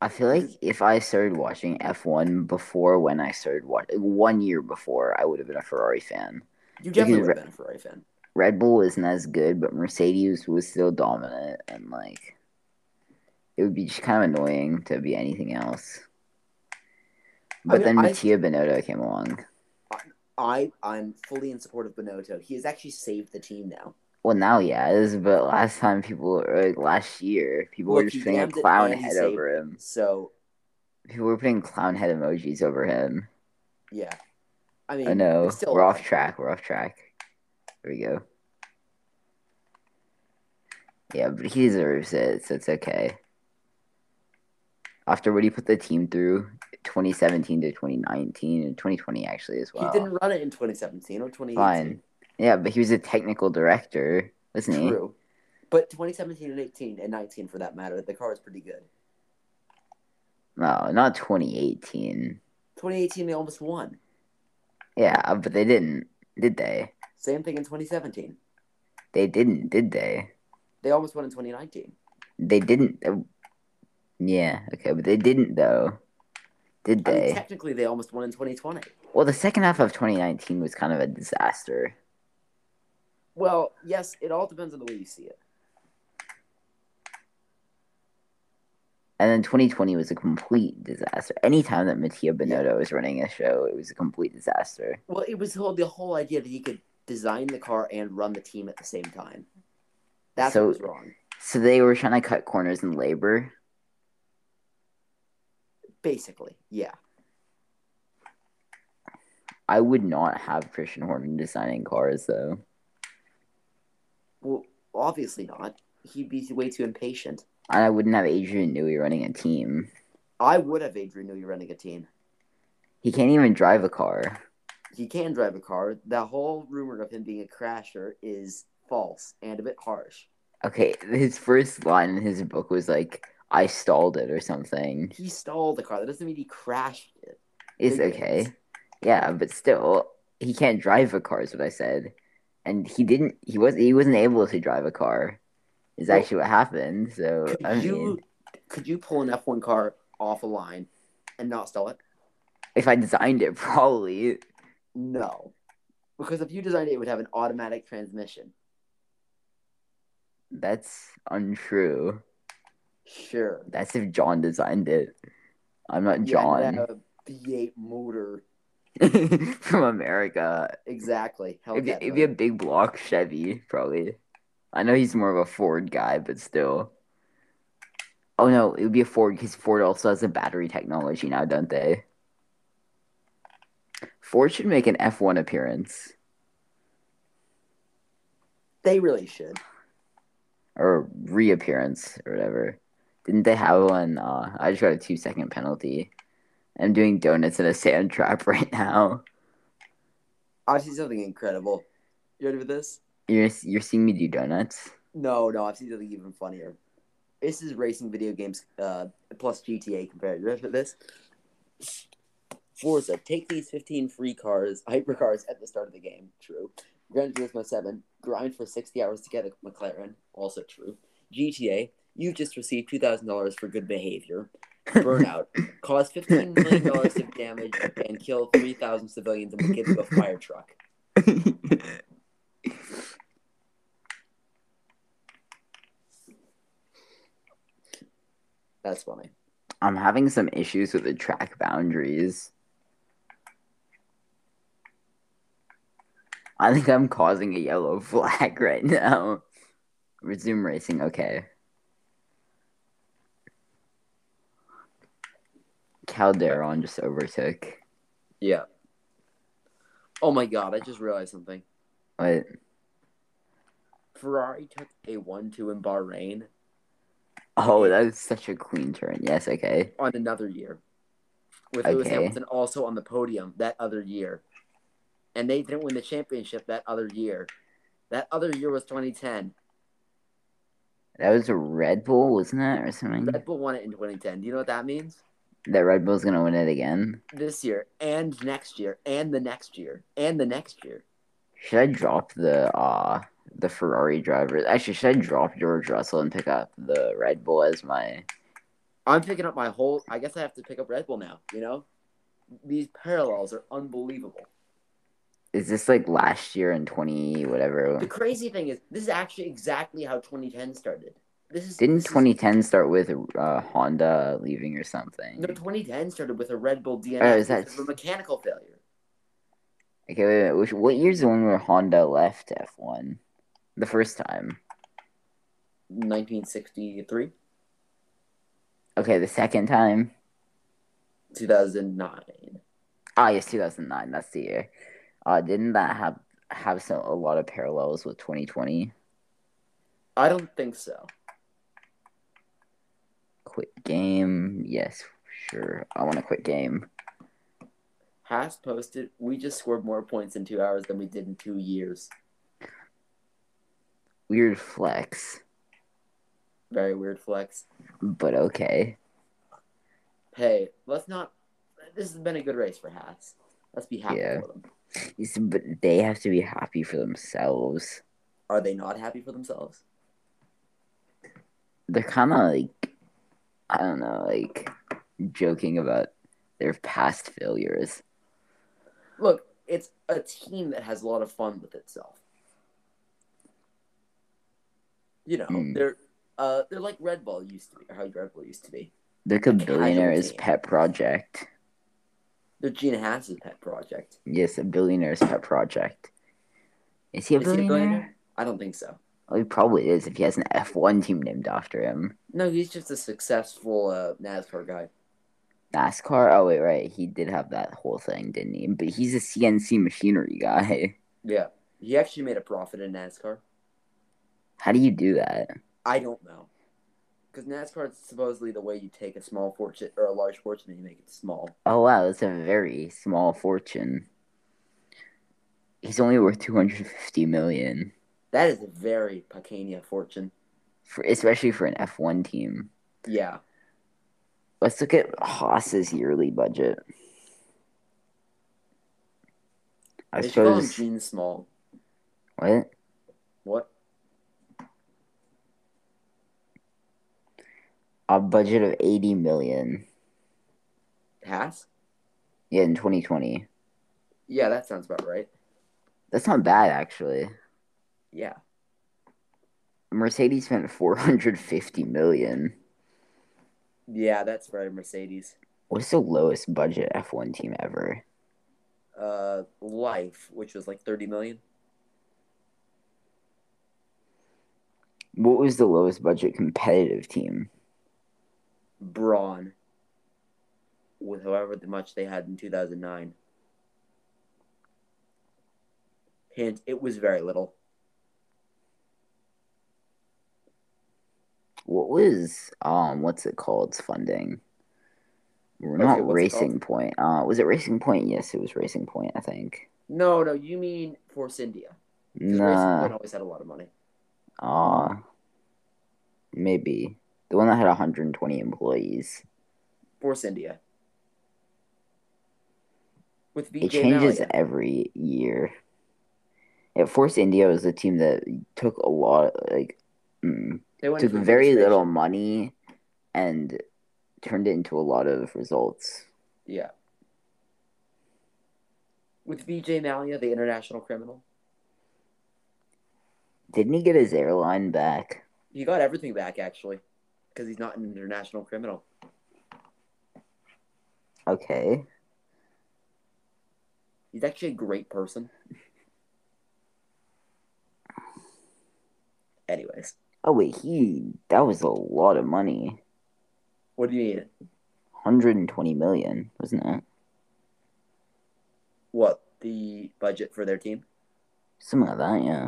Speaker 1: I feel like if I started watching F1 before when I started watching, one year before, I would have been a Ferrari fan.
Speaker 2: You definitely
Speaker 1: Because
Speaker 2: would have been a Ferrari fan.
Speaker 1: Red Bull isn't as good, but Mercedes was still dominant, and like, it would be just kind of annoying to be anything else. But
Speaker 2: mean,
Speaker 1: then
Speaker 2: I-
Speaker 1: Mattia Binotto came along.
Speaker 2: I I'm fully in support of Bonotto. He has actually saved the team now.
Speaker 1: Well, now he has, but last time people, or like last year, people were
Speaker 2: Look, he
Speaker 1: just putting a
Speaker 2: damned it
Speaker 1: clown
Speaker 2: and he
Speaker 1: head
Speaker 2: saved
Speaker 1: over him.
Speaker 2: So
Speaker 1: People were putting clown head emojis over him.
Speaker 2: yeah, I mean,
Speaker 1: I know.
Speaker 2: it's still
Speaker 1: We're off track. We're off track. There we go. Yeah, but he deserves it, so it's okay. After what he put the team through, 2017 to 2019 and 2020 actually as
Speaker 2: He
Speaker 1: well.
Speaker 2: didn't run it in 2017 or 2018.
Speaker 1: Fine. Mm-hmm. Yeah, but he was a technical director, wasn't he?
Speaker 2: True, but 2017 and 18 and 19 for that matter, the car is pretty good.
Speaker 1: No, not 2018.
Speaker 2: 2018 they almost won.
Speaker 1: Yeah, but they didn't, did they?
Speaker 2: Same thing in 2017.
Speaker 1: They didn't, did they?
Speaker 2: They almost won in 2019.
Speaker 1: They didn't. yeah, okay, but they didn't though. Did
Speaker 2: I mean,
Speaker 1: they?
Speaker 2: technically, they almost won in 2020.
Speaker 1: well, the second half of 2019 was kind of a disaster.
Speaker 2: Well, yes, it all depends on the way you see it.
Speaker 1: And then 2020 was a complete disaster. Anytime that Mattia Bonotto was running a show, it was a complete disaster.
Speaker 2: Well, it was whole, the whole idea that he could design the car and run the team at the same time. That's
Speaker 1: So-
Speaker 2: what was wrong.
Speaker 1: So they were trying to cut corners in labor.
Speaker 2: Basically, yeah.
Speaker 1: I would not have Christian Horner designing cars though.
Speaker 2: Well, obviously not. He'd be way too impatient.
Speaker 1: And I wouldn't have Adrian Newey running a team.
Speaker 2: I would have Adrian Newey running a team.
Speaker 1: He can't even drive a car.
Speaker 2: He can drive a car. The whole rumor of him being a crasher is false and a bit harsh.
Speaker 1: Okay, his first line in his book was like, I stalled it or something.
Speaker 2: He stalled the car. That doesn't mean he crashed it.
Speaker 1: It's
Speaker 2: Big
Speaker 1: okay.
Speaker 2: difference.
Speaker 1: Yeah, but still, he can't drive a car. Is what I said, and he didn't. He was. He wasn't able to drive a car. Is
Speaker 2: Well,
Speaker 1: actually what happened. So
Speaker 2: Could
Speaker 1: I mean,
Speaker 2: you could you pull an F one car off a line and not stall it?
Speaker 1: if I designed it, <laughs> probably
Speaker 2: No. Because if you designed it, it would have an automatic transmission.
Speaker 1: that's untrue.
Speaker 2: Sure.
Speaker 1: That's if John designed it. I'm not
Speaker 2: Yeah, and
Speaker 1: John
Speaker 2: have a V8 motor.
Speaker 1: <laughs> from America.
Speaker 2: Exactly.
Speaker 1: It'd be,
Speaker 2: Hellcat
Speaker 1: it'd be a
Speaker 2: motor.
Speaker 1: big block Chevy, probably. I know he's more of a Ford guy, but still. Oh no, it would be a Ford because Ford also has a battery technology now, don't they? Ford should make an F1 appearance
Speaker 2: They really should.
Speaker 1: or reappearance or whatever. Didn't they have one? Uh, I just got a two second penalty. I'm doing donuts in a sand trap <laughs> right now.
Speaker 2: I've seen something incredible. You ready for this?
Speaker 1: You're, you're seeing me do donuts?
Speaker 2: No, no, I've seen something even funnier. This is racing video games uh, plus GTA compared. You ready for this? Forza, take these 15 free cars, <laughs> hypercars at the start of the game. True. Gran Turismo 7, grind for 60 hours to get a McLaren. Also true. GTA, you just received $2,000 for good behavior. Burnout, cause $15 million of damage and kill 3,000 civilians in the Gibbo fire truck. That's funny.
Speaker 1: I'm having some issues with the track boundaries. I think I'm causing a yellow <laughs> flag right now. Resume racing, okay. Calderon just overtook.
Speaker 2: Yeah. Oh my god, I just realized something.
Speaker 1: What?
Speaker 2: Ferrari took a 1 2 in Bahrain
Speaker 1: Oh, that was such a clean turn. Yes, okay.
Speaker 2: on another year. With Lewis
Speaker 1: Okay.
Speaker 2: Hamilton also on the podium that other year. And they didn't win the championship that other year. That other year was 2010.
Speaker 1: That was a Red Bull, wasn't it, or something?
Speaker 2: Red Bull won it in 2010. Do you know what that means?
Speaker 1: That Red Bull's gonna win it again.
Speaker 2: This year and next year and the next year and the next year.
Speaker 1: Should I drop the uh the Ferrari driver? Actually, should I drop George Russell and pick up the Red Bull as my?
Speaker 2: I'm picking up my whole. I guess I have to pick up Red Bull now, you know? These parallels are unbelievable.
Speaker 1: Is this like last year in twenty
Speaker 2: The
Speaker 1: whatever?
Speaker 2: crazy thing is, this is actually exactly how 2010 started. This is
Speaker 1: Didn't
Speaker 2: this is-
Speaker 1: twenty ten start with uh, Honda leaving or something?
Speaker 2: No, 2010 started with a Red Bull DNF.
Speaker 1: Oh, is that-
Speaker 2: because of a mechanical failure?
Speaker 1: Okay, wait, wait, which, what year's the one where Honda left F one? The first time.
Speaker 2: 1963,
Speaker 1: Okay, the second time.
Speaker 2: 2009.
Speaker 1: Ah, yes, two thousand nine. That's the year. Uh, didn't that have have some a lot of parallels with twenty twenty?
Speaker 2: I don't think so.
Speaker 1: Quit game. Yes, sure. I want to quit game.
Speaker 2: Haas posted, "We just scored more points in two hours than we did in two years."
Speaker 1: Weird flex,
Speaker 2: Very weird flex.
Speaker 1: but okay.
Speaker 2: Hey, let's not. This has been a good race for Haas. Let's be happy
Speaker 1: Yeah.
Speaker 2: for them.
Speaker 1: You see, But they have to be happy for themselves.
Speaker 2: Are they not happy for themselves?
Speaker 1: They're kind of like, I don't know, like joking about their past failures.
Speaker 2: Look, it's a team that has a lot of fun with itself. You know,
Speaker 1: Mm.
Speaker 2: they're uh, they're like Red Bull used to be, or how Red Bull used to be.
Speaker 1: Like a
Speaker 2: Like, I
Speaker 1: billionaire's
Speaker 2: don't-
Speaker 1: pet project.
Speaker 2: They're Gina Hass's pet project.
Speaker 1: Yes, a billionaire's pet project. Is he a
Speaker 2: Is he a
Speaker 1: billionaire?
Speaker 2: billionaire? I don't think so.
Speaker 1: Oh, he probably is if he has an F1 team named after him.
Speaker 2: No, he's just a successful uh, NASCAR guy.
Speaker 1: NASCAR? Oh, wait, right. He did have that whole thing, didn't he? But he's a CNC machinery guy. <laughs>
Speaker 2: Yeah, he actually made a profit in NASCAR.
Speaker 1: How do you do that?
Speaker 2: I don't know, because NASCAR is supposedly the way you take a small fortune or a large fortune and you make it small.
Speaker 1: Oh, wow. That's a very small fortune. He's only worth 250 million,
Speaker 2: That is a very Pacania fortune.
Speaker 1: for, especially for an F1 team.
Speaker 2: Yeah,
Speaker 1: Let's look at Haas's yearly budget. I
Speaker 2: they should call him
Speaker 1: suppose.
Speaker 2: Gene Small.
Speaker 1: What?
Speaker 2: What?
Speaker 1: A budget of 80 million.
Speaker 2: Hass?
Speaker 1: Yeah, in 2020.
Speaker 2: Yeah, that sounds about right.
Speaker 1: That's not bad, actually.
Speaker 2: Yeah.
Speaker 1: Mercedes spent 450 million.
Speaker 2: Yeah, that's right, Mercedes.
Speaker 1: What's the lowest budget F1 team ever?
Speaker 2: Uh, Life, which was like 30 million.
Speaker 1: What was the lowest budget competitive team?
Speaker 2: Braun, with however much they had in 2009. Hint, it was very little.
Speaker 1: What was um what's it called? It's funding. We're
Speaker 2: Okay,
Speaker 1: not
Speaker 2: what's it
Speaker 1: Racing Point. Uh was it Racing Point? Yes, it was Racing Point, I think.
Speaker 2: No, no, you mean Force India. 'Cause Racing
Speaker 1: Nah.
Speaker 2: Point always had a lot of money.
Speaker 1: Uh maybe. The one that had 120 employees.
Speaker 2: Force India. With
Speaker 1: It
Speaker 2: VJ
Speaker 1: changes
Speaker 2: Malia.
Speaker 1: every year. Yeah, Force India was a team that took a lot like mm,
Speaker 2: They went
Speaker 1: took
Speaker 2: into
Speaker 1: very
Speaker 2: administration.
Speaker 1: little money and turned it into a lot of results.
Speaker 2: Yeah. With VJ Malia, the international criminal.
Speaker 1: Didn't he get his airline back?
Speaker 2: He got everything back actually, because he's not an international criminal.
Speaker 1: Okay.
Speaker 2: He's actually a great person. Anyways,
Speaker 1: Oh wait, he that was a lot of money.
Speaker 2: what do you mean?
Speaker 1: 120 million, wasn't it?
Speaker 2: What the budget for their team?
Speaker 1: Something like that, yeah.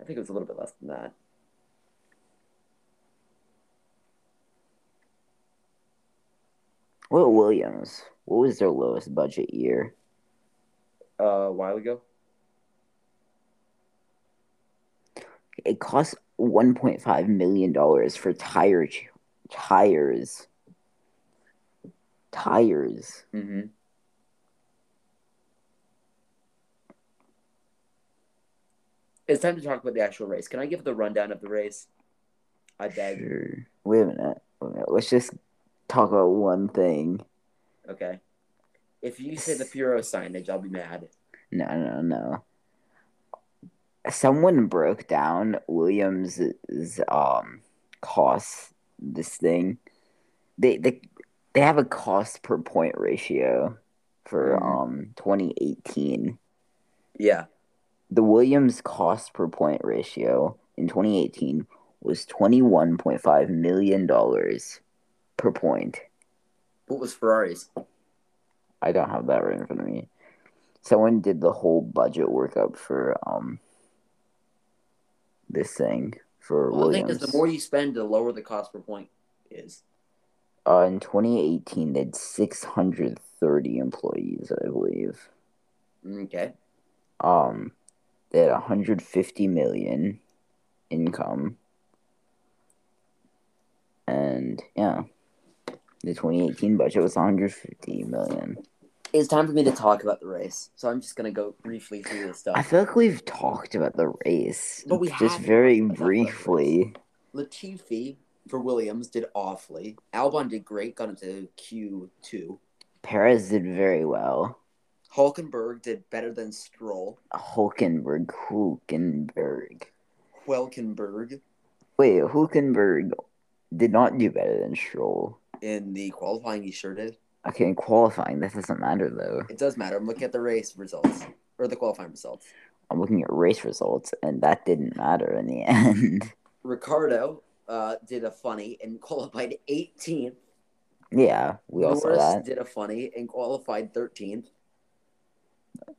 Speaker 2: I think it was a little bit less than that.
Speaker 1: Will Williams, what was their lowest budget year?
Speaker 2: Uh, a while ago.
Speaker 1: It cost 1.5 million dollars for tire ch- tires. Tires.
Speaker 2: Mm-hmm. It's time to talk about the actual race. Can I give the rundown of the race? I beg.
Speaker 1: Sure. Wait a minute. Wait a minute. Let's just talk about one thing.
Speaker 2: Okay. If you say the Puro signage, I'll be mad.
Speaker 1: No, no, no. Someone broke down Williams's um cost this thing. They they they have a cost per point ratio for
Speaker 2: Mhm.
Speaker 1: um 2018.
Speaker 2: Yeah.
Speaker 1: The Williams cost per point ratio in 2018 was 21.5 million dollars per point.
Speaker 2: What was Ferrari's?
Speaker 1: I don't have that right in front of me. Someone did the whole budget workup for um this thing for
Speaker 2: Well, I think
Speaker 1: Williams.
Speaker 2: is the more you spend, the lower the cost per point is.
Speaker 1: uh, in 2018, they had 630 employees, I believe.
Speaker 2: Okay.
Speaker 1: Um, they had 150 million income, and yeah, the 2018 budget was 150 million.
Speaker 2: It's time for me to talk about the race, so I'm just gonna go briefly through this
Speaker 1: I
Speaker 2: stuff.
Speaker 1: feel like we've talked about the race,
Speaker 2: But we
Speaker 1: just
Speaker 2: haven't
Speaker 1: very
Speaker 2: talked about the race.
Speaker 1: briefly.
Speaker 2: Latifi for Williams did awfully. Albon did great, got into Q two.
Speaker 1: Perez did very well.
Speaker 2: Hulkenberg did better than Stroll.
Speaker 1: Hulkenberg, Hulkenberg.
Speaker 2: Hulkenberg
Speaker 1: Wait, Hulkenberg did not do better than Stroll.
Speaker 2: in the qualifying, he sure did.
Speaker 1: Okay, in qualifying, that doesn't matter though.
Speaker 2: It does matter. I'm looking at the race results or the qualifying results.
Speaker 1: I'm looking at race results, and that didn't matter in the <laughs> end.
Speaker 2: Ricardo uh, did a funny and qualified 18th.
Speaker 1: yeah, we all saw
Speaker 2: Norris
Speaker 1: that.
Speaker 2: did a funny and qualified 13th.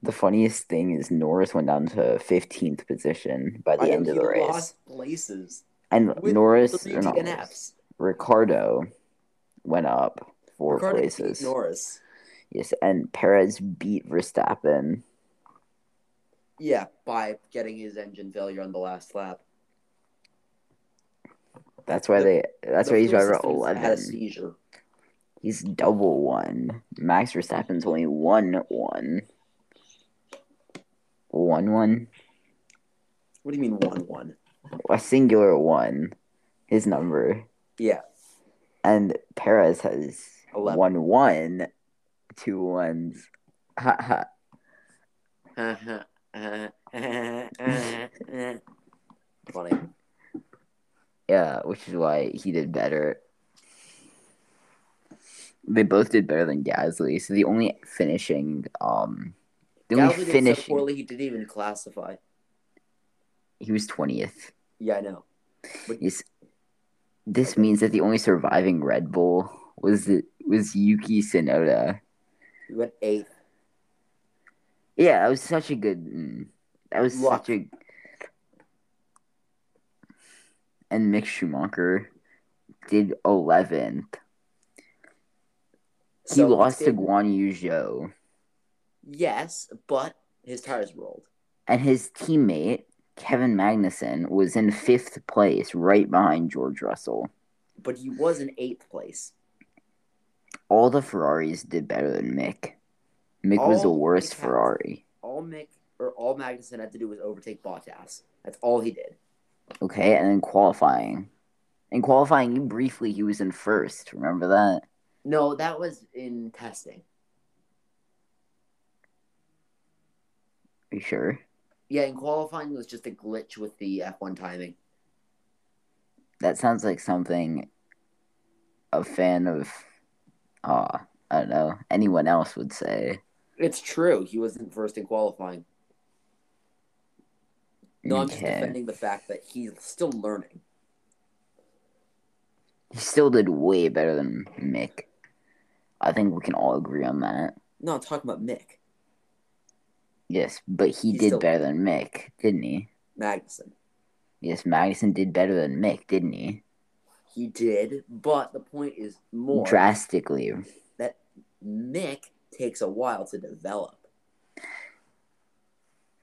Speaker 1: The funniest thing is Norris went down to 15th position by the
Speaker 2: I know
Speaker 1: end of
Speaker 2: he
Speaker 1: the race,
Speaker 2: lost places.
Speaker 1: and
Speaker 2: with
Speaker 1: Norris
Speaker 2: Three
Speaker 1: or not Norris,
Speaker 2: DNFs.
Speaker 1: Ricardo went up four
Speaker 2: Ricardo beat
Speaker 1: places.
Speaker 2: Norris.
Speaker 1: Yes, and Perez beat Verstappen.
Speaker 2: Yeah, by getting his engine failure on the last lap.
Speaker 1: That's why
Speaker 2: The-
Speaker 1: they. That's
Speaker 2: The
Speaker 1: why he's
Speaker 2: fuel
Speaker 1: driver
Speaker 2: systems Had a
Speaker 1: eleven.
Speaker 2: seizure.
Speaker 1: He's double one. Max Verstappen's only one one. One one.
Speaker 2: What do you mean one one?
Speaker 1: A singular one. His number. <laughs>
Speaker 2: Yeah,
Speaker 1: And Perez has
Speaker 2: Eleven.
Speaker 1: one one, two ones. Ha ha.
Speaker 2: funny.
Speaker 1: Yeah, which is why he did better. They both did better than Gasly. So the only finishing, um, the only
Speaker 2: Gasly did so
Speaker 1: finishing,
Speaker 2: poorly he didn't even classify.
Speaker 1: he was twentieth.
Speaker 2: Yeah, I know.
Speaker 1: Yes. This means that the only surviving Red Bull was the, was Yuki Tsunoda.
Speaker 2: He went eighth.
Speaker 1: Yeah, that was such a good. mm, That was
Speaker 2: Luck.
Speaker 1: such a. And Mick Schumacher did eleventh. He
Speaker 2: So
Speaker 1: lost to
Speaker 2: it's good.
Speaker 1: Guan Yu Zhou,
Speaker 2: Yes, but his tires rolled.
Speaker 1: and his teammate Kevin Magnussen was in fifth place, right behind George Russell.
Speaker 2: But he was in eighth place.
Speaker 1: All the Ferraris did better than Mick. Mick was the
Speaker 2: All
Speaker 1: worst
Speaker 2: Mick had-
Speaker 1: Ferrari.
Speaker 2: All Mick or all Magnuson had to do was overtake Bottas. That's all he did.
Speaker 1: Okay, and then qualifying. In qualifying, you briefly he was in first. Remember that?
Speaker 2: No, that was in testing.
Speaker 1: Are you sure?
Speaker 2: Yeah, in qualifying it was just a glitch with the F1 timing.
Speaker 1: That sounds like something a fan of, uh, I don't know, anyone else would say.
Speaker 2: It's true. He wasn't first in qualifying. No, I'm just
Speaker 1: Okay.
Speaker 2: defending the fact that he's still learning.
Speaker 1: He still did way better than Mick. I think we can all agree on that.
Speaker 2: No, I'm talking about Mick
Speaker 1: Yes, but he
Speaker 2: He's
Speaker 1: did
Speaker 2: still-
Speaker 1: better than Mick, didn't he?
Speaker 2: Magnuson.
Speaker 1: Yes, Magnuson did better than Mick, didn't he?
Speaker 2: He did, but the point is more
Speaker 1: Drastically.
Speaker 2: that Mick takes a while to develop.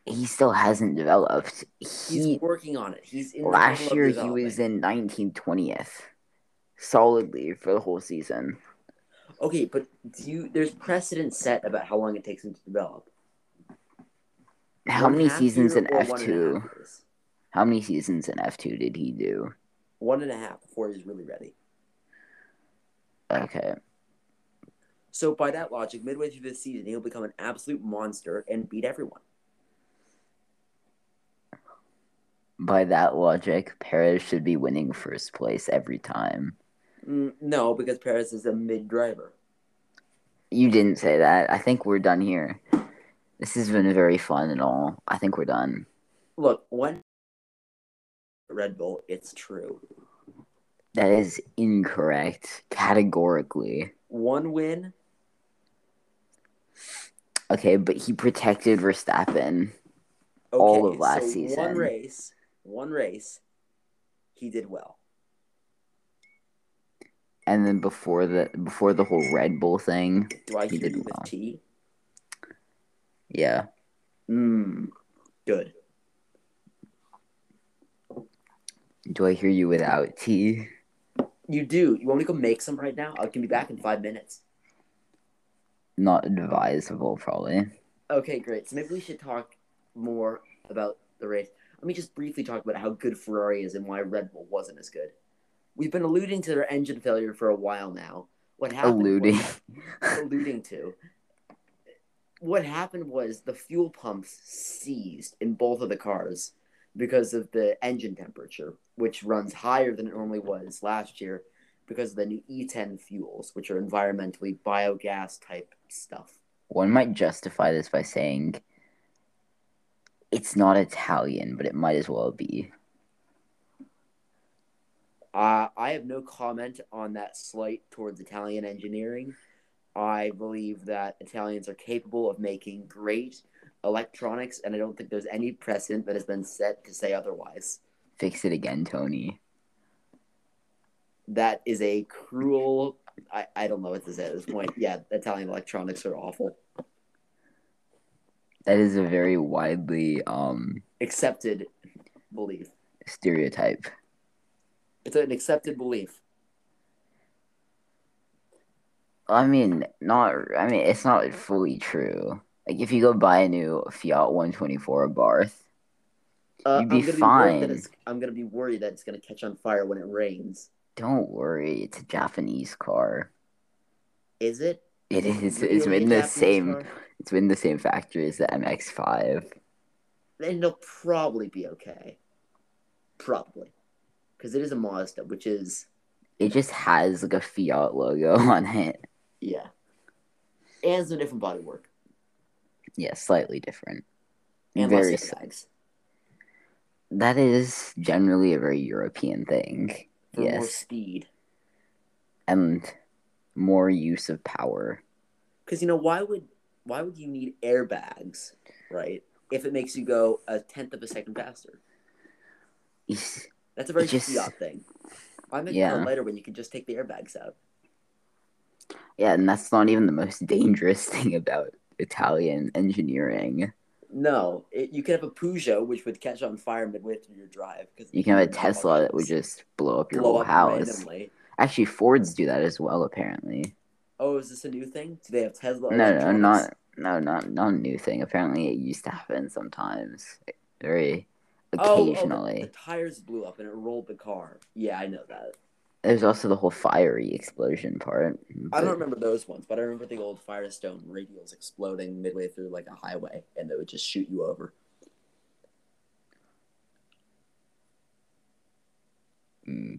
Speaker 1: He still hasn't developed.
Speaker 2: He's
Speaker 1: he
Speaker 2: working on it. He's in the middle
Speaker 1: Last
Speaker 2: of
Speaker 1: year, he was
Speaker 2: development.
Speaker 1: in 1920th, solidly for the whole season.
Speaker 2: Okay, but do you there's precedent set about how long it takes him to develop.
Speaker 1: How
Speaker 2: One
Speaker 1: many
Speaker 2: half
Speaker 1: seasons
Speaker 2: year
Speaker 1: in
Speaker 2: or one and a
Speaker 1: F2?
Speaker 2: half years?
Speaker 1: How many seasons in F2 did he do?
Speaker 2: One and a half before he's really ready.
Speaker 1: Okay.
Speaker 2: So by that logic, midway through this season, he'll become an absolute monster and beat everyone.
Speaker 1: By that logic, Perez should be winning first place every time.
Speaker 2: Mm, no, because Paris is a mid driver.
Speaker 1: You didn't say that. I think we're done here. This has been very fun and all. I think we're done.
Speaker 2: Look, when Red Bull, it's true.
Speaker 1: That is incorrect, categorically.
Speaker 2: One win,
Speaker 1: Okay, but he protected Verstappen.
Speaker 2: okay,
Speaker 1: All of last
Speaker 2: so
Speaker 1: season.
Speaker 2: One race, one race, he did well.
Speaker 1: And then before the before the whole Red Bull thing,
Speaker 2: Do I
Speaker 1: He
Speaker 2: hear
Speaker 1: did
Speaker 2: you with
Speaker 1: well.
Speaker 2: T?
Speaker 1: yeah,
Speaker 2: Mm, good.
Speaker 1: Do I hear you without tea?
Speaker 2: You do. You want me to go make some right now? I can be back in five minutes.
Speaker 1: not advisable, probably.
Speaker 2: Okay, great. So maybe we should talk more about the race. Let me just briefly talk about how good Ferrari is and why Red Bull wasn't as good. We've been alluding to their engine failure for a while now. What happened?
Speaker 1: Alluding.
Speaker 2: was- <laughs> alluding to. What happened was the fuel pumps seized in both of the cars because of the engine temperature, which runs higher than it normally was last year because of the new E10 fuels, which are environmentally biogas type stuff.
Speaker 1: One might justify this by saying it's not Italian, but it might as well be.
Speaker 2: Uh, I have no comment on that slight towards Italian engineering. I believe that Italians are capable of making great electronics, and I don't think there's any precedent that has been set to say otherwise.
Speaker 1: Fix it again, Tony.
Speaker 2: that is a cruel I, I don't know what to say at this point. Yeah, Italian electronics are awful.
Speaker 1: That is a very widely um
Speaker 2: Accepted belief.
Speaker 1: stereotype.
Speaker 2: It's an accepted belief.
Speaker 1: I mean, not. I mean, it's not fully true. Like, if you go buy a new Fiat 124 Barth,
Speaker 2: Uh,
Speaker 1: You'd be
Speaker 2: I'm gonna worried that
Speaker 1: fine.
Speaker 2: it's- I'm gonna be worried that it's gonna catch on fire when it rains.
Speaker 1: don't worry, it's a Japanese car.
Speaker 2: Is it?
Speaker 1: It is.
Speaker 2: Would it
Speaker 1: It's
Speaker 2: be a
Speaker 1: in the
Speaker 2: Japanese
Speaker 1: same.
Speaker 2: car?
Speaker 1: It's in the same factory as the MX5.
Speaker 2: Then it'll probably be okay. Probably, because it is a Mazda, which is
Speaker 1: It just has like a Fiat logo <laughs> on it.
Speaker 2: yeah, and it's a different bodywork
Speaker 1: Yeah, slightly different.
Speaker 2: and
Speaker 1: very.
Speaker 2: less
Speaker 1: s-
Speaker 2: airbags
Speaker 1: That is generally a very European thing.
Speaker 2: for more
Speaker 1: yes,
Speaker 2: speed.
Speaker 1: and more use of power. <laughs>
Speaker 2: Because you know why would why would you need airbags, right? If it makes you go a tenth of a second faster,
Speaker 1: It's-
Speaker 2: that's a very
Speaker 1: It just-
Speaker 2: Fiat thing. I'm gonna
Speaker 1: Yeah.
Speaker 2: yeah. later when you can just take the airbags out.
Speaker 1: Yeah, and that's not even the most dangerous <laughs> thing about Italian engineering.
Speaker 2: No, it, you could have a Peugeot which would catch on fire midway through your drive. Because
Speaker 1: You can have a Tesla that would just blow up your
Speaker 2: blow
Speaker 1: whole
Speaker 2: up
Speaker 1: house.
Speaker 2: randomly.
Speaker 1: Actually, Fords do that as well, apparently.
Speaker 2: Oh, is this a new thing? Do they have Tesla?
Speaker 1: no, no,
Speaker 2: electronics?
Speaker 1: not no, not not a new thing. Apparently, it used to happen sometimes, very
Speaker 2: Oh,
Speaker 1: occasionally.
Speaker 2: Oh, the, the tires blew up and it rolled the car. Yeah, I know that.
Speaker 1: There's also the whole fiery explosion part.
Speaker 2: I
Speaker 1: but-
Speaker 2: don't remember those ones, but I remember the old Firestone radials exploding midway through like a highway, and they would just shoot you over.
Speaker 1: Mm.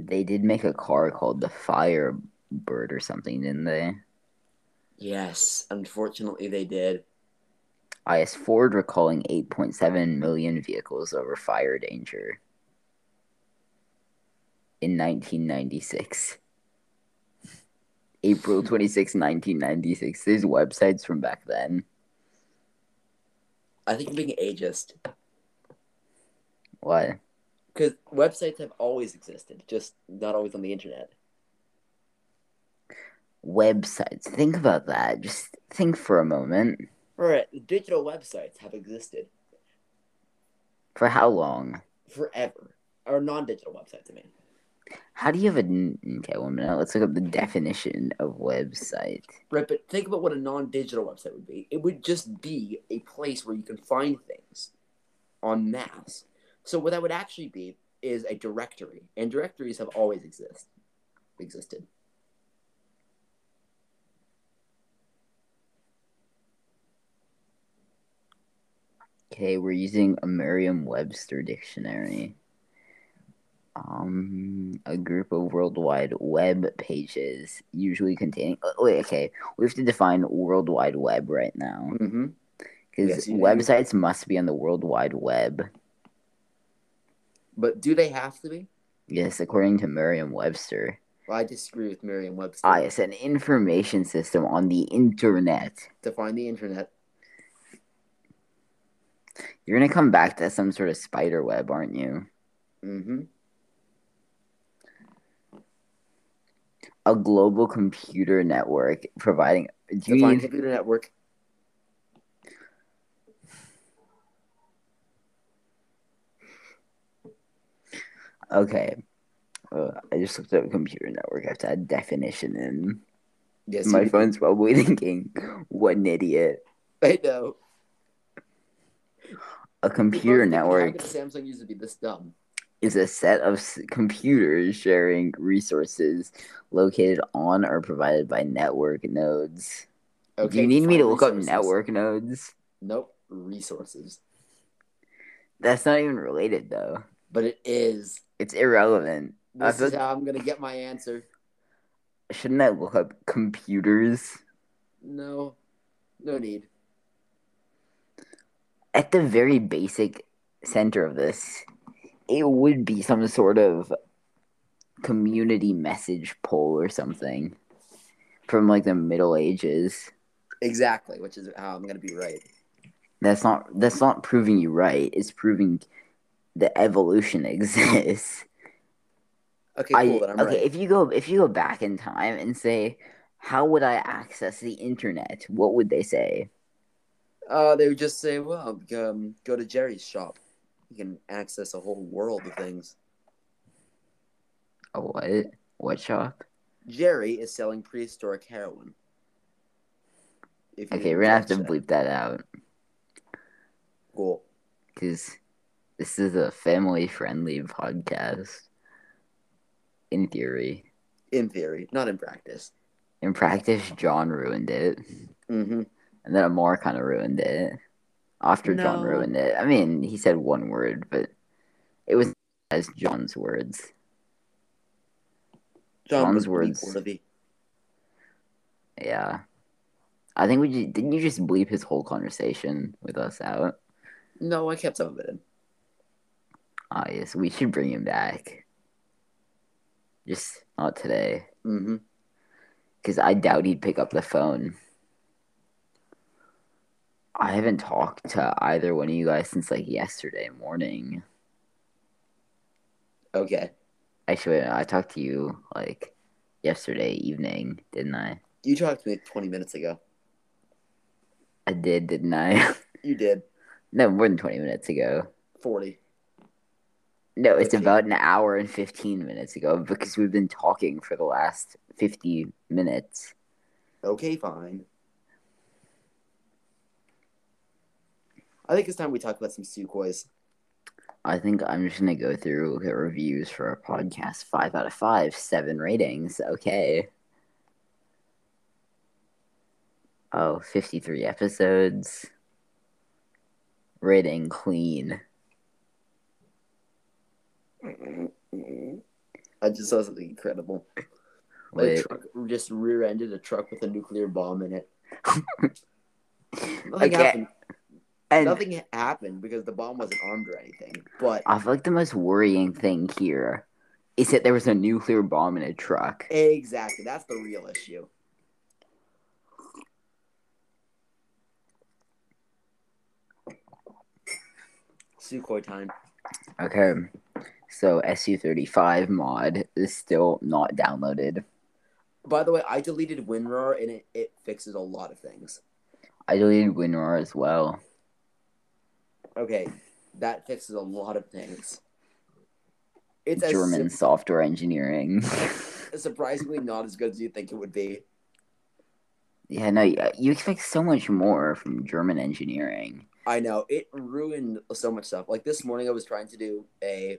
Speaker 1: They did make a car called the Firebird or something, didn't they?
Speaker 2: Yes, unfortunately they did.
Speaker 1: IS Ford recalling 8.7 million vehicles over fire danger in
Speaker 2: <laughs>
Speaker 1: 1996. April 26, 1996. There's websites from back then.
Speaker 2: I think I'm being ageist
Speaker 1: What?
Speaker 2: because websites have always existed, just not always on the internet.
Speaker 1: Websites. Think about that. Just think for a moment.
Speaker 2: All right, digital websites have existed
Speaker 1: For how long?
Speaker 2: forever, or non-digital websites. I mean,
Speaker 1: How do you have a. n- Okay, one minute. Let's look up the definition of website.
Speaker 2: right? But think about what a non-digital website would be. It would just be a place where you can find things en masse. So what that would actually be is a directory, and directories have always exist existed.
Speaker 1: Okay, we're using a Merriam-Webster dictionary. Um, a group of worldwide web pages, usually containing. oh, Wait, okay, we have to define World Wide Web right now
Speaker 2: Mm-hmm.
Speaker 1: because
Speaker 2: Yes, you do.
Speaker 1: websites must be on the World Wide Web.
Speaker 2: But do they have to be?
Speaker 1: Yes, according to Merriam-Webster,
Speaker 2: Well, I disagree with Merriam-Webster.
Speaker 1: ah, it's an information system on the internet.
Speaker 2: Define the internet.
Speaker 1: You're gonna come back to some sort of spider web, aren't you?
Speaker 2: Mm-hmm.
Speaker 1: A global computer network providing. Do you
Speaker 2: Define
Speaker 1: need
Speaker 2: computer network.
Speaker 1: Okay. Uh, I just looked up computer network. I have to add definition in.
Speaker 2: Yes,
Speaker 1: My
Speaker 2: you-
Speaker 1: phone's probably <laughs> thinking, "What an idiot!"
Speaker 2: <laughs> I know.
Speaker 1: A computer network
Speaker 2: How could Samsung used to be this dumb.
Speaker 1: is a set of s- computers sharing resources located on or provided by network nodes. Do you need me
Speaker 2: fine,
Speaker 1: to look
Speaker 2: resources.
Speaker 1: up network nodes?
Speaker 2: Nope, resources.
Speaker 1: That's not even related, though.
Speaker 2: But it is.
Speaker 1: It's irrelevant. I
Speaker 2: This is
Speaker 1: thought-
Speaker 2: how I'm gonna get my answer.
Speaker 1: Shouldn't I look up computers?
Speaker 2: No, no need.
Speaker 1: At the very basic center of this, it would be some sort of community message poll or something from like the Middle Ages.
Speaker 2: Exactly, which is how I'm gonna be right.
Speaker 1: That's not that's not proving you right. It's proving the evolution <laughs> exists.
Speaker 2: Okay,
Speaker 1: I,
Speaker 2: cool. Then I'm
Speaker 1: okay,
Speaker 2: right.
Speaker 1: if you go if you go back in time and say, "How would I access the internet?" What would they say?
Speaker 2: Uh, they would just say, "Well, um, go to Jerry's shop. You can access a whole world of things."
Speaker 1: A what? What shop?
Speaker 2: Jerry is selling prehistoric heroin. If
Speaker 1: Okay,
Speaker 2: you didn't
Speaker 1: we're gonna have to
Speaker 2: catch that.
Speaker 1: bleep that out
Speaker 2: Cool.
Speaker 1: because this is a family-friendly podcast. In theory,
Speaker 2: In theory, not in practice.
Speaker 1: in practice, John ruined it,
Speaker 2: Mm-hmm.
Speaker 1: and then Amar kind of ruined it. After John
Speaker 2: No.
Speaker 1: ruined it, I mean, he said one word, but it was as John's words. John's words.
Speaker 2: Worthy.
Speaker 1: Yeah. I think we ju- didn't you just bleep his whole conversation with us out?
Speaker 2: No, I kept some of it in.
Speaker 1: Ah, yes, we should bring him back. Just not today,
Speaker 2: Mm-hmm.
Speaker 1: because I doubt he'd pick up the phone. I haven't talked to either one of you guys since like yesterday morning.
Speaker 2: Okay.
Speaker 1: Actually, I talked to you like yesterday evening, didn't I?
Speaker 2: You talked to me 20 minutes ago.
Speaker 1: I did, didn't I? <laughs>
Speaker 2: You did.
Speaker 1: no, more than 20 minutes ago.
Speaker 2: 40.
Speaker 1: No, it's
Speaker 2: 15.
Speaker 1: about an hour and 15 minutes ago because we've been talking for the last 50 minutes.
Speaker 2: Okay, fine. I think it's time we talk about some Sukhois.
Speaker 1: I think I'm just going to go through look at reviews for our podcast. Five out of five, seven ratings. Okay. Oh, 53 episodes. Rating clean.
Speaker 2: I just saw something incredible. A
Speaker 1: Wait,
Speaker 2: truck just rear-ended a truck with a nuclear bomb in it. nothing
Speaker 1: Okay,
Speaker 2: happened.
Speaker 1: and
Speaker 2: Nothing happened because the bomb wasn't armed or anything. But
Speaker 1: I feel like the most worrying thing here is that there was a nuclear bomb in a truck.
Speaker 2: exactly, that's the real issue. Sukhoi time.
Speaker 1: Okay. So SU35 mod is still not downloaded.
Speaker 2: By the way, I deleted WinRAR and it, it fixes a lot of things.
Speaker 1: I deleted WinRAR as well.
Speaker 2: Okay, that fixes a lot of things. It's as
Speaker 1: German
Speaker 2: su-
Speaker 1: software engineering. <laughs>
Speaker 2: surprisingly not as good as you think it would be.
Speaker 1: yeah, no, you, you expect so much more from German engineering.
Speaker 2: I know it ruined so much stuff. Like this morning, I was trying to do a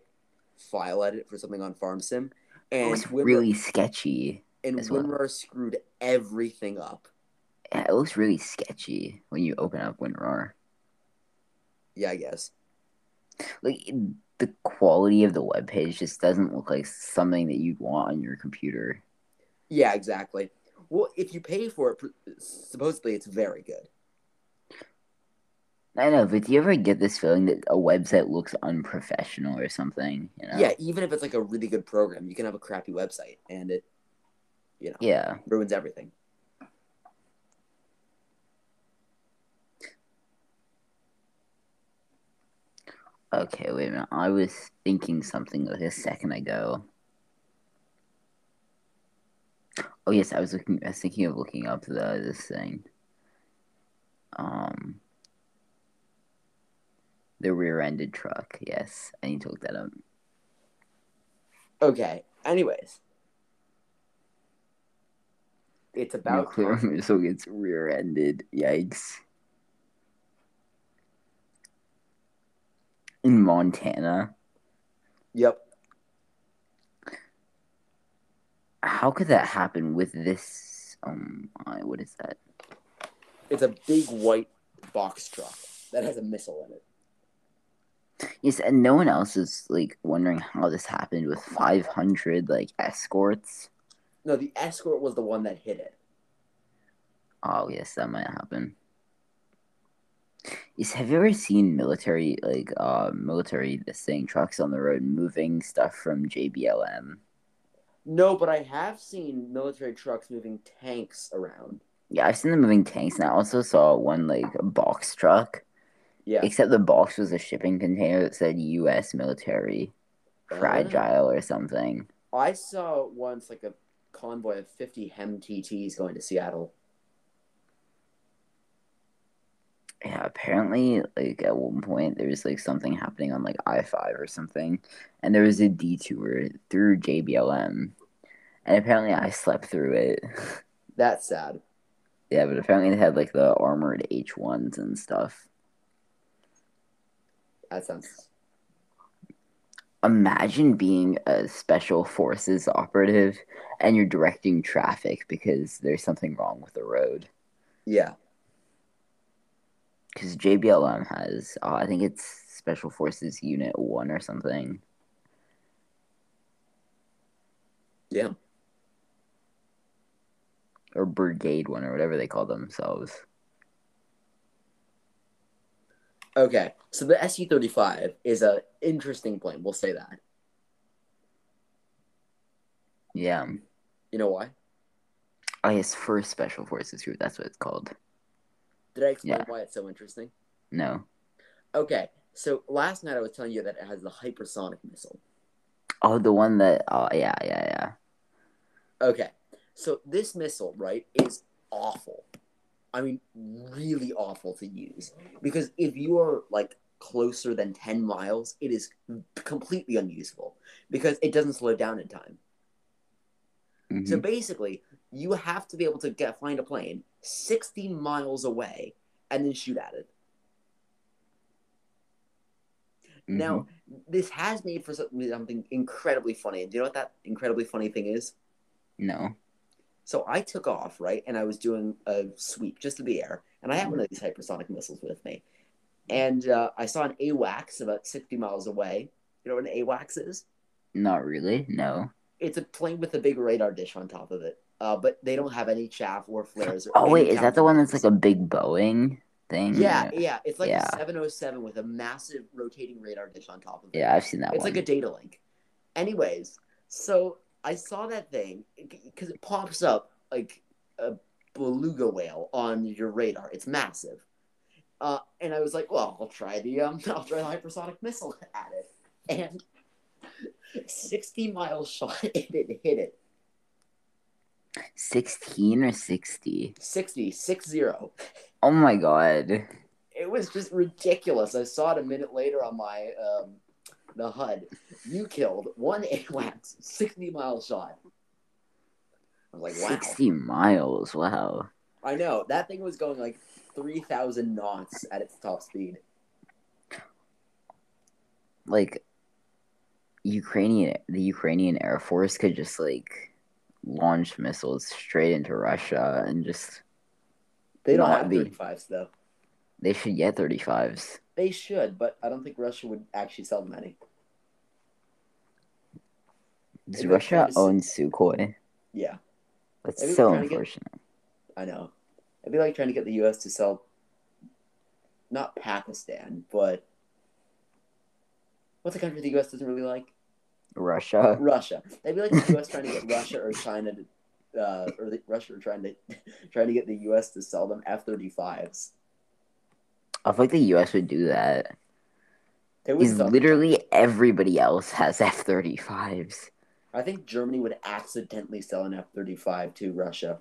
Speaker 2: file edit for something on Farm Sim,
Speaker 1: It
Speaker 2: and
Speaker 1: was
Speaker 2: WinRAR,
Speaker 1: Oh, really sketchy.
Speaker 2: and
Speaker 1: as well.
Speaker 2: WinRAR screwed everything up.
Speaker 1: Yeah, It looks really sketchy when you open up WinRAR.
Speaker 2: Yeah, I guess.
Speaker 1: Like it- the quality of the webpage just doesn't look like something that you'd want on your computer.
Speaker 2: Yeah, exactly. Well, if you pay for it, pr- supposedly it's very good.
Speaker 1: I know, but do you ever get this feeling that a website looks unprofessional or something? You know?
Speaker 2: Yeah, even if it's like a really good program, you can have a crappy website and it, you know,
Speaker 1: Yeah.
Speaker 2: ruins everything.
Speaker 1: Okay, wait a minute. I was thinking something like a second ago. Oh yes, I was looking. I was thinking of looking up the this thing. Um, the rear-ended truck. Yes, I need to look that up.
Speaker 2: Okay, Anyways, it's about
Speaker 1: Nuclear
Speaker 2: time.
Speaker 1: missile gets rear-ended. Yikes. In Montana,
Speaker 2: Yep.
Speaker 1: how could that happen with this? Oh my, what is that?
Speaker 2: It's a big white box truck that has a missile in it.
Speaker 1: Yes, and no one else is like wondering how this happened with 500 like escorts.
Speaker 2: No, the escort was the one that hit it.
Speaker 1: Oh, yes, that might happen. Is have you ever seen military like uh military this thing trucks on the road moving stuff from JBLM?
Speaker 2: No, but I have seen military trucks moving tanks around.
Speaker 1: Yeah, I've seen them moving tanks, and I also saw one like box truck.
Speaker 2: Yeah.
Speaker 1: Except the box was a shipping container that said U.S. military fragile or something.
Speaker 2: I saw once like a convoy of 50 Hem TTs going to Seattle.
Speaker 1: Yeah, apparently, like at one point there was like something happening on like I five or something, and there was a detour through JBLM, and apparently I slept through it. <laughs>
Speaker 2: That's sad.
Speaker 1: yeah, but apparently they had like the armored H ones and stuff.
Speaker 2: That sounds.
Speaker 1: Imagine being a special forces operative and you're directing traffic because there's something wrong with the road.
Speaker 2: Yeah.
Speaker 1: Because JBLM has, uh, I think it's Special Forces Unit 1 or something.
Speaker 2: Yeah.
Speaker 1: Or Brigade 1 or whatever they call themselves.
Speaker 2: Okay. So the SU 35 is a interesting plane. We'll say that.
Speaker 1: Yeah.
Speaker 2: You know why?
Speaker 1: I guess first Special Forces Group, that's what it's called.
Speaker 2: Did I explain
Speaker 1: Yeah.
Speaker 2: why it's so interesting?
Speaker 1: No.
Speaker 2: Okay. So last night I was telling you that it has the hypersonic missile.
Speaker 1: Oh, the one that, oh, yeah, yeah, yeah.
Speaker 2: Okay. So this missile, right, is awful. I mean, really awful to use because if you are like closer than 10 miles, it is completely unusable because it doesn't slow down in time.
Speaker 1: Mhm.
Speaker 2: So basically, you have to be able to get find a plane 16 miles away and then shoot at it.
Speaker 1: mm-hmm.
Speaker 2: Now, this has made for something something incredibly funny. Do you know what that incredibly funny thing is?
Speaker 1: Mhm. No.
Speaker 2: So I took off, right? And I was doing a sweep just to the air. And I had one of
Speaker 1: Mm-hmm.
Speaker 2: these hypersonic missiles with me. And uh, I saw an AWACS about 60 miles away. You know what an AWACS is?
Speaker 1: Not really. No.
Speaker 2: It's a plane with a big radar dish on top of it. Uh, but they don't have any chaff or flares. Or
Speaker 1: Oh, wait,
Speaker 2: any
Speaker 1: is that the one that's like a big Boeing thing?
Speaker 2: Yeah, yeah. It's like
Speaker 1: Yeah.
Speaker 2: a 707 with a massive rotating radar dish on top of it.
Speaker 1: Yeah, I've seen that
Speaker 2: it's
Speaker 1: one.
Speaker 2: like a data link. Anyways, so I saw that thing because it pops up like a beluga whale on your radar. It's massive, uh, and I was like, "Well, I'll try the um, <laughs> I'll try the hypersonic missile <laughs> at it." And <laughs> sixty miles shot, <laughs> and it hit it
Speaker 1: 16 or 60.
Speaker 2: 60, 60.
Speaker 1: Oh my god.
Speaker 2: It was just ridiculous. I saw it a minute later on my um, the HUD. You killed one AWACS, sixty miles shot. I was like, "Wow."
Speaker 1: 60 miles. Wow.
Speaker 2: I know that thing was going like three thousand knots at its top speed.
Speaker 1: Like Ukrainian the Ukrainian Air Force could just like launch missiles straight into Russia and just
Speaker 2: They don't
Speaker 1: Not
Speaker 2: have
Speaker 1: the-
Speaker 2: thirty fives though.
Speaker 1: they should get 35s.
Speaker 2: They should, but I don't think Russia would actually sell them any.
Speaker 1: Does
Speaker 2: Maybe they're
Speaker 1: Russia
Speaker 2: trying to s-
Speaker 1: own Sukhoi?
Speaker 2: Yeah,
Speaker 1: That's
Speaker 2: Maybe
Speaker 1: so
Speaker 2: they're trying to get-
Speaker 1: unfortunate.
Speaker 2: I know. It'd be like trying to get the U.S. to sell, not Pakistan, but what's a country the U.S. doesn't really like?
Speaker 1: Russia.
Speaker 2: Russia. They'd be like the U.S. trying to get Russia or China to, uh, or the, Russia trying to <laughs> trying to get the U.S. to sell them F thirty fives.
Speaker 1: I feel like the US would do that.
Speaker 2: They would
Speaker 1: Is
Speaker 2: sell them.
Speaker 1: literally everybody else has F35s.
Speaker 2: I think Germany would accidentally sell an F 35 to Russia.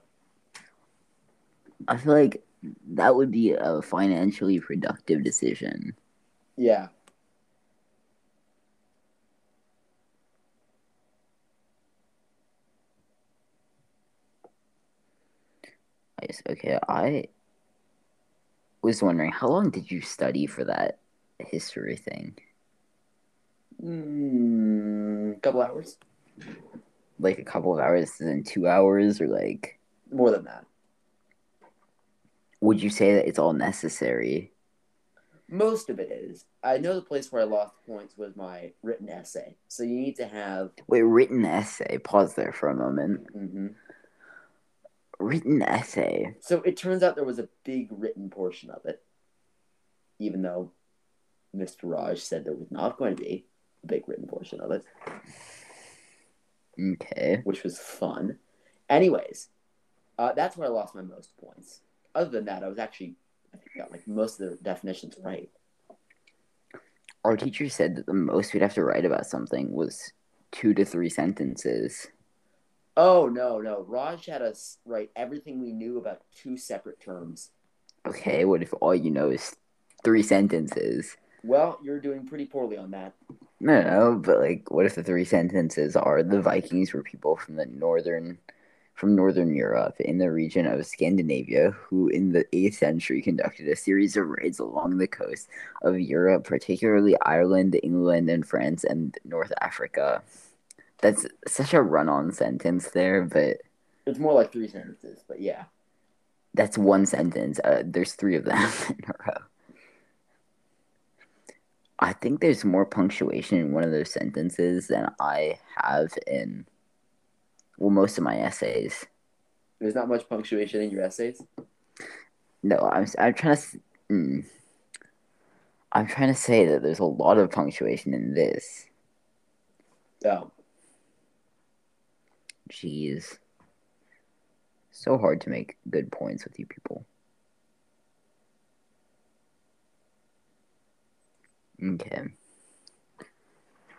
Speaker 1: I feel like that would be a financially productive decision.
Speaker 2: Yeah.
Speaker 1: Nice. Okay, I was wondering how long did you study for that history thing?
Speaker 2: Mm, couple hours,
Speaker 1: Like a couple of hours, then two hours, or like
Speaker 2: more than that.
Speaker 1: would you say that it's all necessary?
Speaker 2: Most of it is. I know the place where I lost points was my written essay. So you need to have.
Speaker 1: Wait, written essay. Pause there for a moment.
Speaker 2: hmm
Speaker 1: Written essay.
Speaker 2: So it turns out there was a big written portion of it, even though Mr. Raj said there was not going to be a big written portion of it,
Speaker 1: Okay.
Speaker 2: which was fun. Anyways, uh, that's where I lost my most points. Other than that, I was actually I think I got like most of the definitions right.
Speaker 1: Our teacher said that the most we'd have to write about something was two to three sentences.
Speaker 2: Oh no, no, Raj had us write everything we knew about two separate terms.
Speaker 1: Okay, what if all you know is three sentences?
Speaker 2: Well, you're doing pretty poorly on that.
Speaker 1: No, no, but like, what if the three sentences are the Vikings were people from the northern, from northern Europe in the region of Scandinavia who, in the eighth century, conducted a series of raids along the coast of Europe, particularly Ireland, England, and France, and North Africa. That's such a run-on sentence there, but
Speaker 2: It's more like three sentences, but yeah.
Speaker 1: that's one sentence. Uh, there's three of them <laughs> in a row. I think there's more punctuation in one of those sentences than I have in, well, most of my essays.
Speaker 2: There's not much punctuation in your essays.
Speaker 1: No, I'm s- I'm trying to, s- mm, I'm trying to say that there's a lot of punctuation in this.
Speaker 2: Oh,
Speaker 1: Jeez, so hard to make good points with you people. Okay.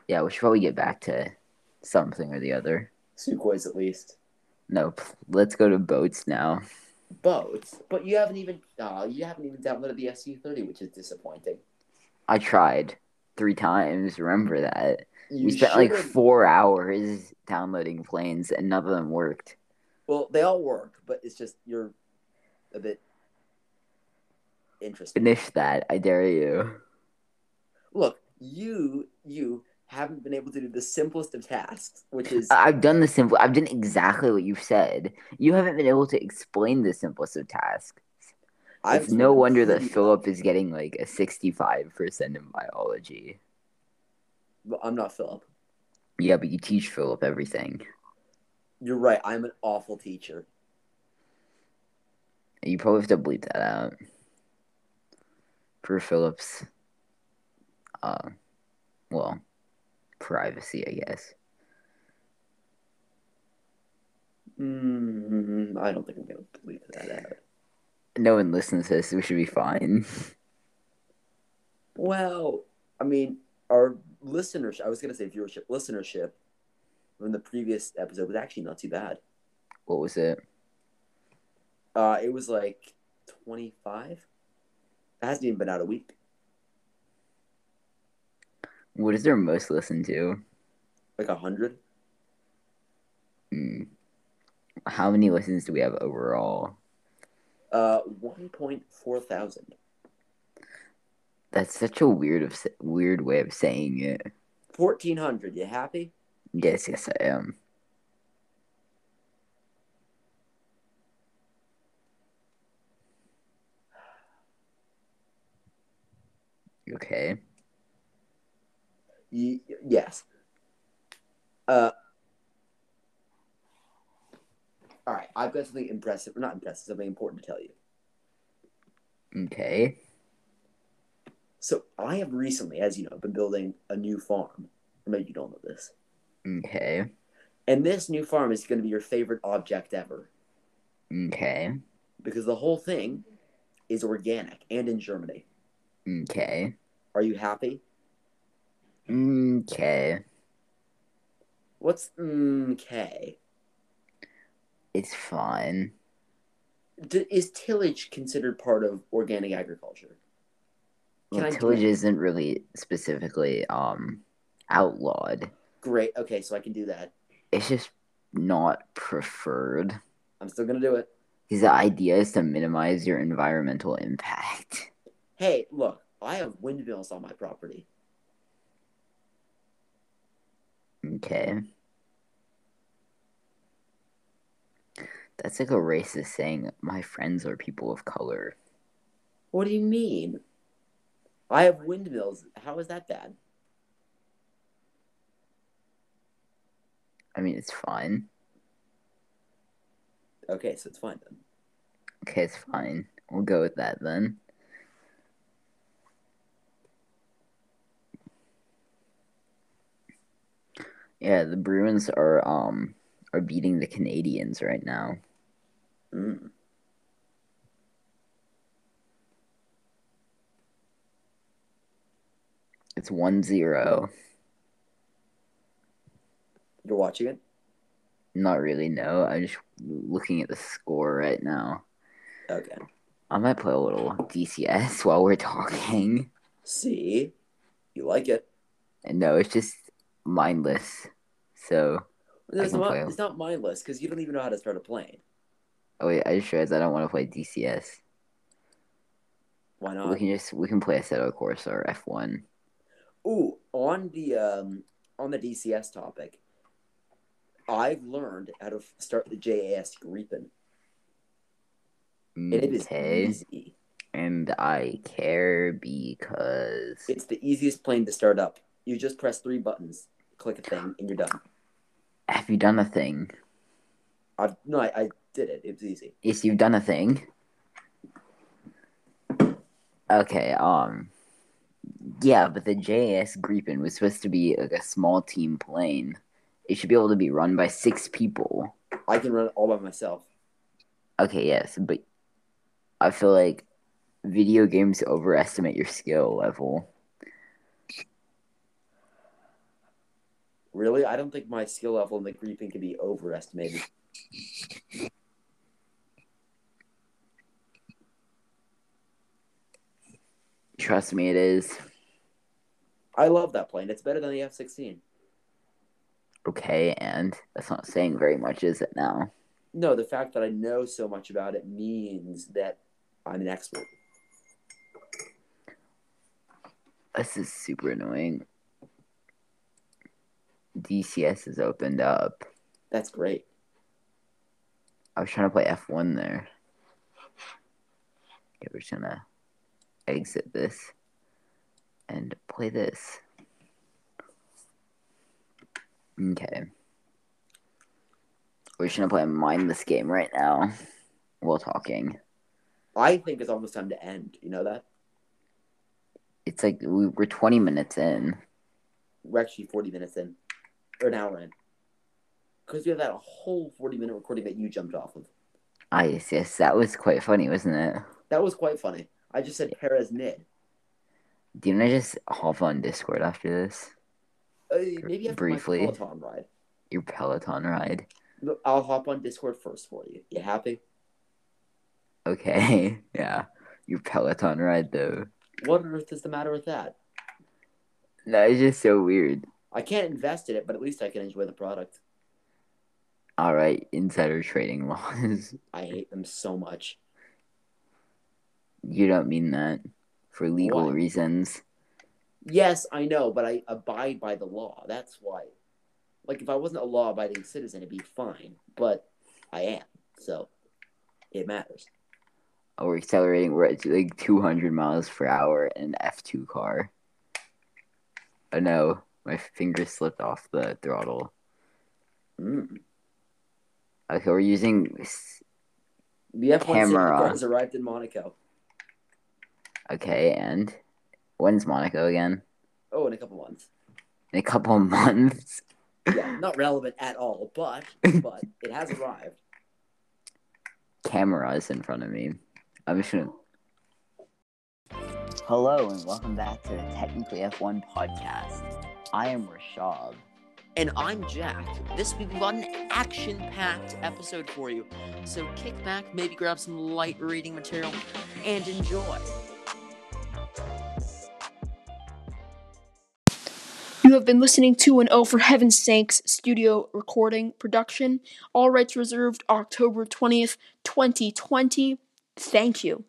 Speaker 1: Yeah, we should probably get back to something or the other.
Speaker 2: Sukhois at least.
Speaker 1: Nope. Let's go to boats now.
Speaker 2: Boats, but you haven't even uh, you haven't even downloaded the SU30, which is disappointing.
Speaker 1: I tried three times. Remember that.
Speaker 2: You
Speaker 1: We spent like
Speaker 2: should've-
Speaker 1: four hours downloading planes and none of them worked.
Speaker 2: well, they all work, but it's just you're a bit interesting.
Speaker 1: Finish that. I dare you.
Speaker 2: Look, you you haven't been able to do the simplest of tasks, which is
Speaker 1: I- I've done the simple. I've done exactly what you've said. You haven't been able to explain the simplest of tasks.
Speaker 2: I've
Speaker 1: it's no wonder that
Speaker 2: completely-
Speaker 1: Philip is getting like a sixty-five percent in biology.
Speaker 2: But I'm not Philip.
Speaker 1: Yeah, but you teach Philip everything.
Speaker 2: You're right. I'm an awful teacher.
Speaker 1: You probably have to bleep that out. For Phillips, uh, well, privacy, I guess.
Speaker 2: Mm, I don't think I'm gonna believe that out.
Speaker 1: No one listens to this. We should be fine. <laughs>
Speaker 2: Well, I mean, our listenership, I was going to say viewership, listenership from the previous episode was actually not too bad.
Speaker 1: What was it?
Speaker 2: Uh, it was like 25. It hasn't even been out a week.
Speaker 1: What is their most listened to?
Speaker 2: Like 100.
Speaker 1: Hmm. How many listens do we have overall?
Speaker 2: Uh, 1.4 thousand.
Speaker 1: That's such a weird of weird way of saying it.
Speaker 2: 1,400. You happy?
Speaker 1: Yes, yes, I am. Okay.
Speaker 2: Y- yes. Uh, all right. I've got something impressive, not impressive, something important to tell you.
Speaker 1: Okay.
Speaker 2: So I have recently, as you know, been building a new farm. Or maybe you don't know this.
Speaker 1: Okay.
Speaker 2: And this new farm is going to be your favorite object ever
Speaker 1: Okay.
Speaker 2: because the whole thing is organic and in Germany.
Speaker 1: Okay.
Speaker 2: Are you happy?
Speaker 1: Okay.
Speaker 2: What's mm, okay?
Speaker 1: It's fine.
Speaker 2: D- is tillage considered part of organic agriculture? Can
Speaker 1: Well,
Speaker 2: I do
Speaker 1: tillage
Speaker 2: it?
Speaker 1: isn't really specifically um outlawed.
Speaker 2: Great. Okay, so I can do that.
Speaker 1: It's just not preferred.
Speaker 2: I'm still going to do it.
Speaker 1: His idea is to minimize your environmental impact.
Speaker 2: Hey, look, I have windmills on my property.
Speaker 1: Okay. That's like a racist saying, my friends are people of color.
Speaker 2: What do you mean? I have windmills. How is that bad?
Speaker 1: I mean, it's fine.
Speaker 2: Okay, so it's fine then.
Speaker 1: Okay, it's fine. We'll go with that then. Yeah, the Bruins are um are beating the Canadians right now.
Speaker 2: Mm.
Speaker 1: It's 1-0.
Speaker 2: You're watching it?
Speaker 1: Not really, no. I'm just looking at the score right now.
Speaker 2: Okay.
Speaker 1: I might play a little DCS <laughs> while we're talking.
Speaker 2: See? You like it.
Speaker 1: And no, it's just mindless. So,
Speaker 2: It's
Speaker 1: can
Speaker 2: not,
Speaker 1: play 'em.
Speaker 2: it's not mindless because you don't even know how to start a plane.
Speaker 1: oh wait, I just realized I don't want to play DCS.
Speaker 2: Why
Speaker 1: we
Speaker 2: not?
Speaker 1: can just we can play Assetto Corsa or F1.
Speaker 2: Ooh, on the um on the DCS topic, I've learned how to f- start the JAS Gripen. And it is
Speaker 1: Okay,
Speaker 2: easy.
Speaker 1: and I care because
Speaker 2: It's the easiest plane to start up. You just press three buttons, click a thing, and you're done.
Speaker 1: have you done a thing?
Speaker 2: I've no, I, I did it. It was easy.
Speaker 1: Yes, you've done a thing. Okay, um yeah, but the JS Gripen was supposed to be like a small team plane. It should be able to be run by six people.
Speaker 2: I can run it all by myself.
Speaker 1: Okay, yes, but I feel like video games overestimate your skill level.
Speaker 2: Really, I don't think my skill level in the gripping can be overestimated.
Speaker 1: Trust me, it is.
Speaker 2: I love that plane. It's better than the F sixteen.
Speaker 1: Okay, and that's not saying very much, is it now?
Speaker 2: No, the fact that I know so much about it means that I'm an expert.
Speaker 1: This is super annoying. DCS is opened up.
Speaker 2: That's great.
Speaker 1: I was trying to play F1 there. Okay, we're just gonna exit this and play this. Okay. We're just gonna play a mindless game right now while talking.
Speaker 2: I think it's almost time to end. You know that?
Speaker 1: It's like we, we're 20 minutes in.
Speaker 2: We're actually 40 minutes in, or an hour in. Because we have that whole 40 minute recording that you jumped off of.
Speaker 1: Ah, yes, yes, that was quite funny, wasn't it?
Speaker 2: That was quite funny. I just said Perez nid.
Speaker 1: Didn't I just hop on Discord after this?
Speaker 2: Uh, maybe after
Speaker 1: Briefly.
Speaker 2: my Peloton ride.
Speaker 1: Your Peloton ride.
Speaker 2: Look, I'll hop on Discord first for you. You happy?
Speaker 1: Okay, <laughs> yeah. Your Peloton ride, though.
Speaker 2: What on earth is the matter with that?
Speaker 1: That is just so weird.
Speaker 2: I can't invest in it, but at least I can enjoy the product.
Speaker 1: All right, insider trading <laughs> laws.
Speaker 2: I hate them so much.
Speaker 1: You don't mean that for legal
Speaker 2: What?
Speaker 1: reasons.
Speaker 2: Yes, I know, but I abide by the law. That's why. Like, if I wasn't a law abiding citizen, it'd be fine, but I am. So it matters.
Speaker 1: Oh, we're accelerating. We're at like 200 miles per hour in an F2 car. Oh no, my finger slipped off the throttle.
Speaker 2: Mm.
Speaker 1: Okay, we're using. s-
Speaker 2: The F1 safety
Speaker 1: Camera.
Speaker 2: car has arrived in Monaco.
Speaker 1: Okay, and when's Monaco again?
Speaker 2: Oh, in a couple months.
Speaker 1: In a couple <laughs> months.
Speaker 2: Yeah, not relevant at all, but but it has arrived.
Speaker 1: cameras in front of me. I'm just gonna. Hello and welcome back to the Technically F1 podcast. I am Rashab.
Speaker 2: And I'm Jack. This week we've got an action packed episode for you. So kick back, maybe grab some light reading material, and enjoy.
Speaker 1: You
Speaker 3: You have been listening to an Oh for Heaven's Sakes studio recording production. All rights reserved October 20th, 2020. Thank you.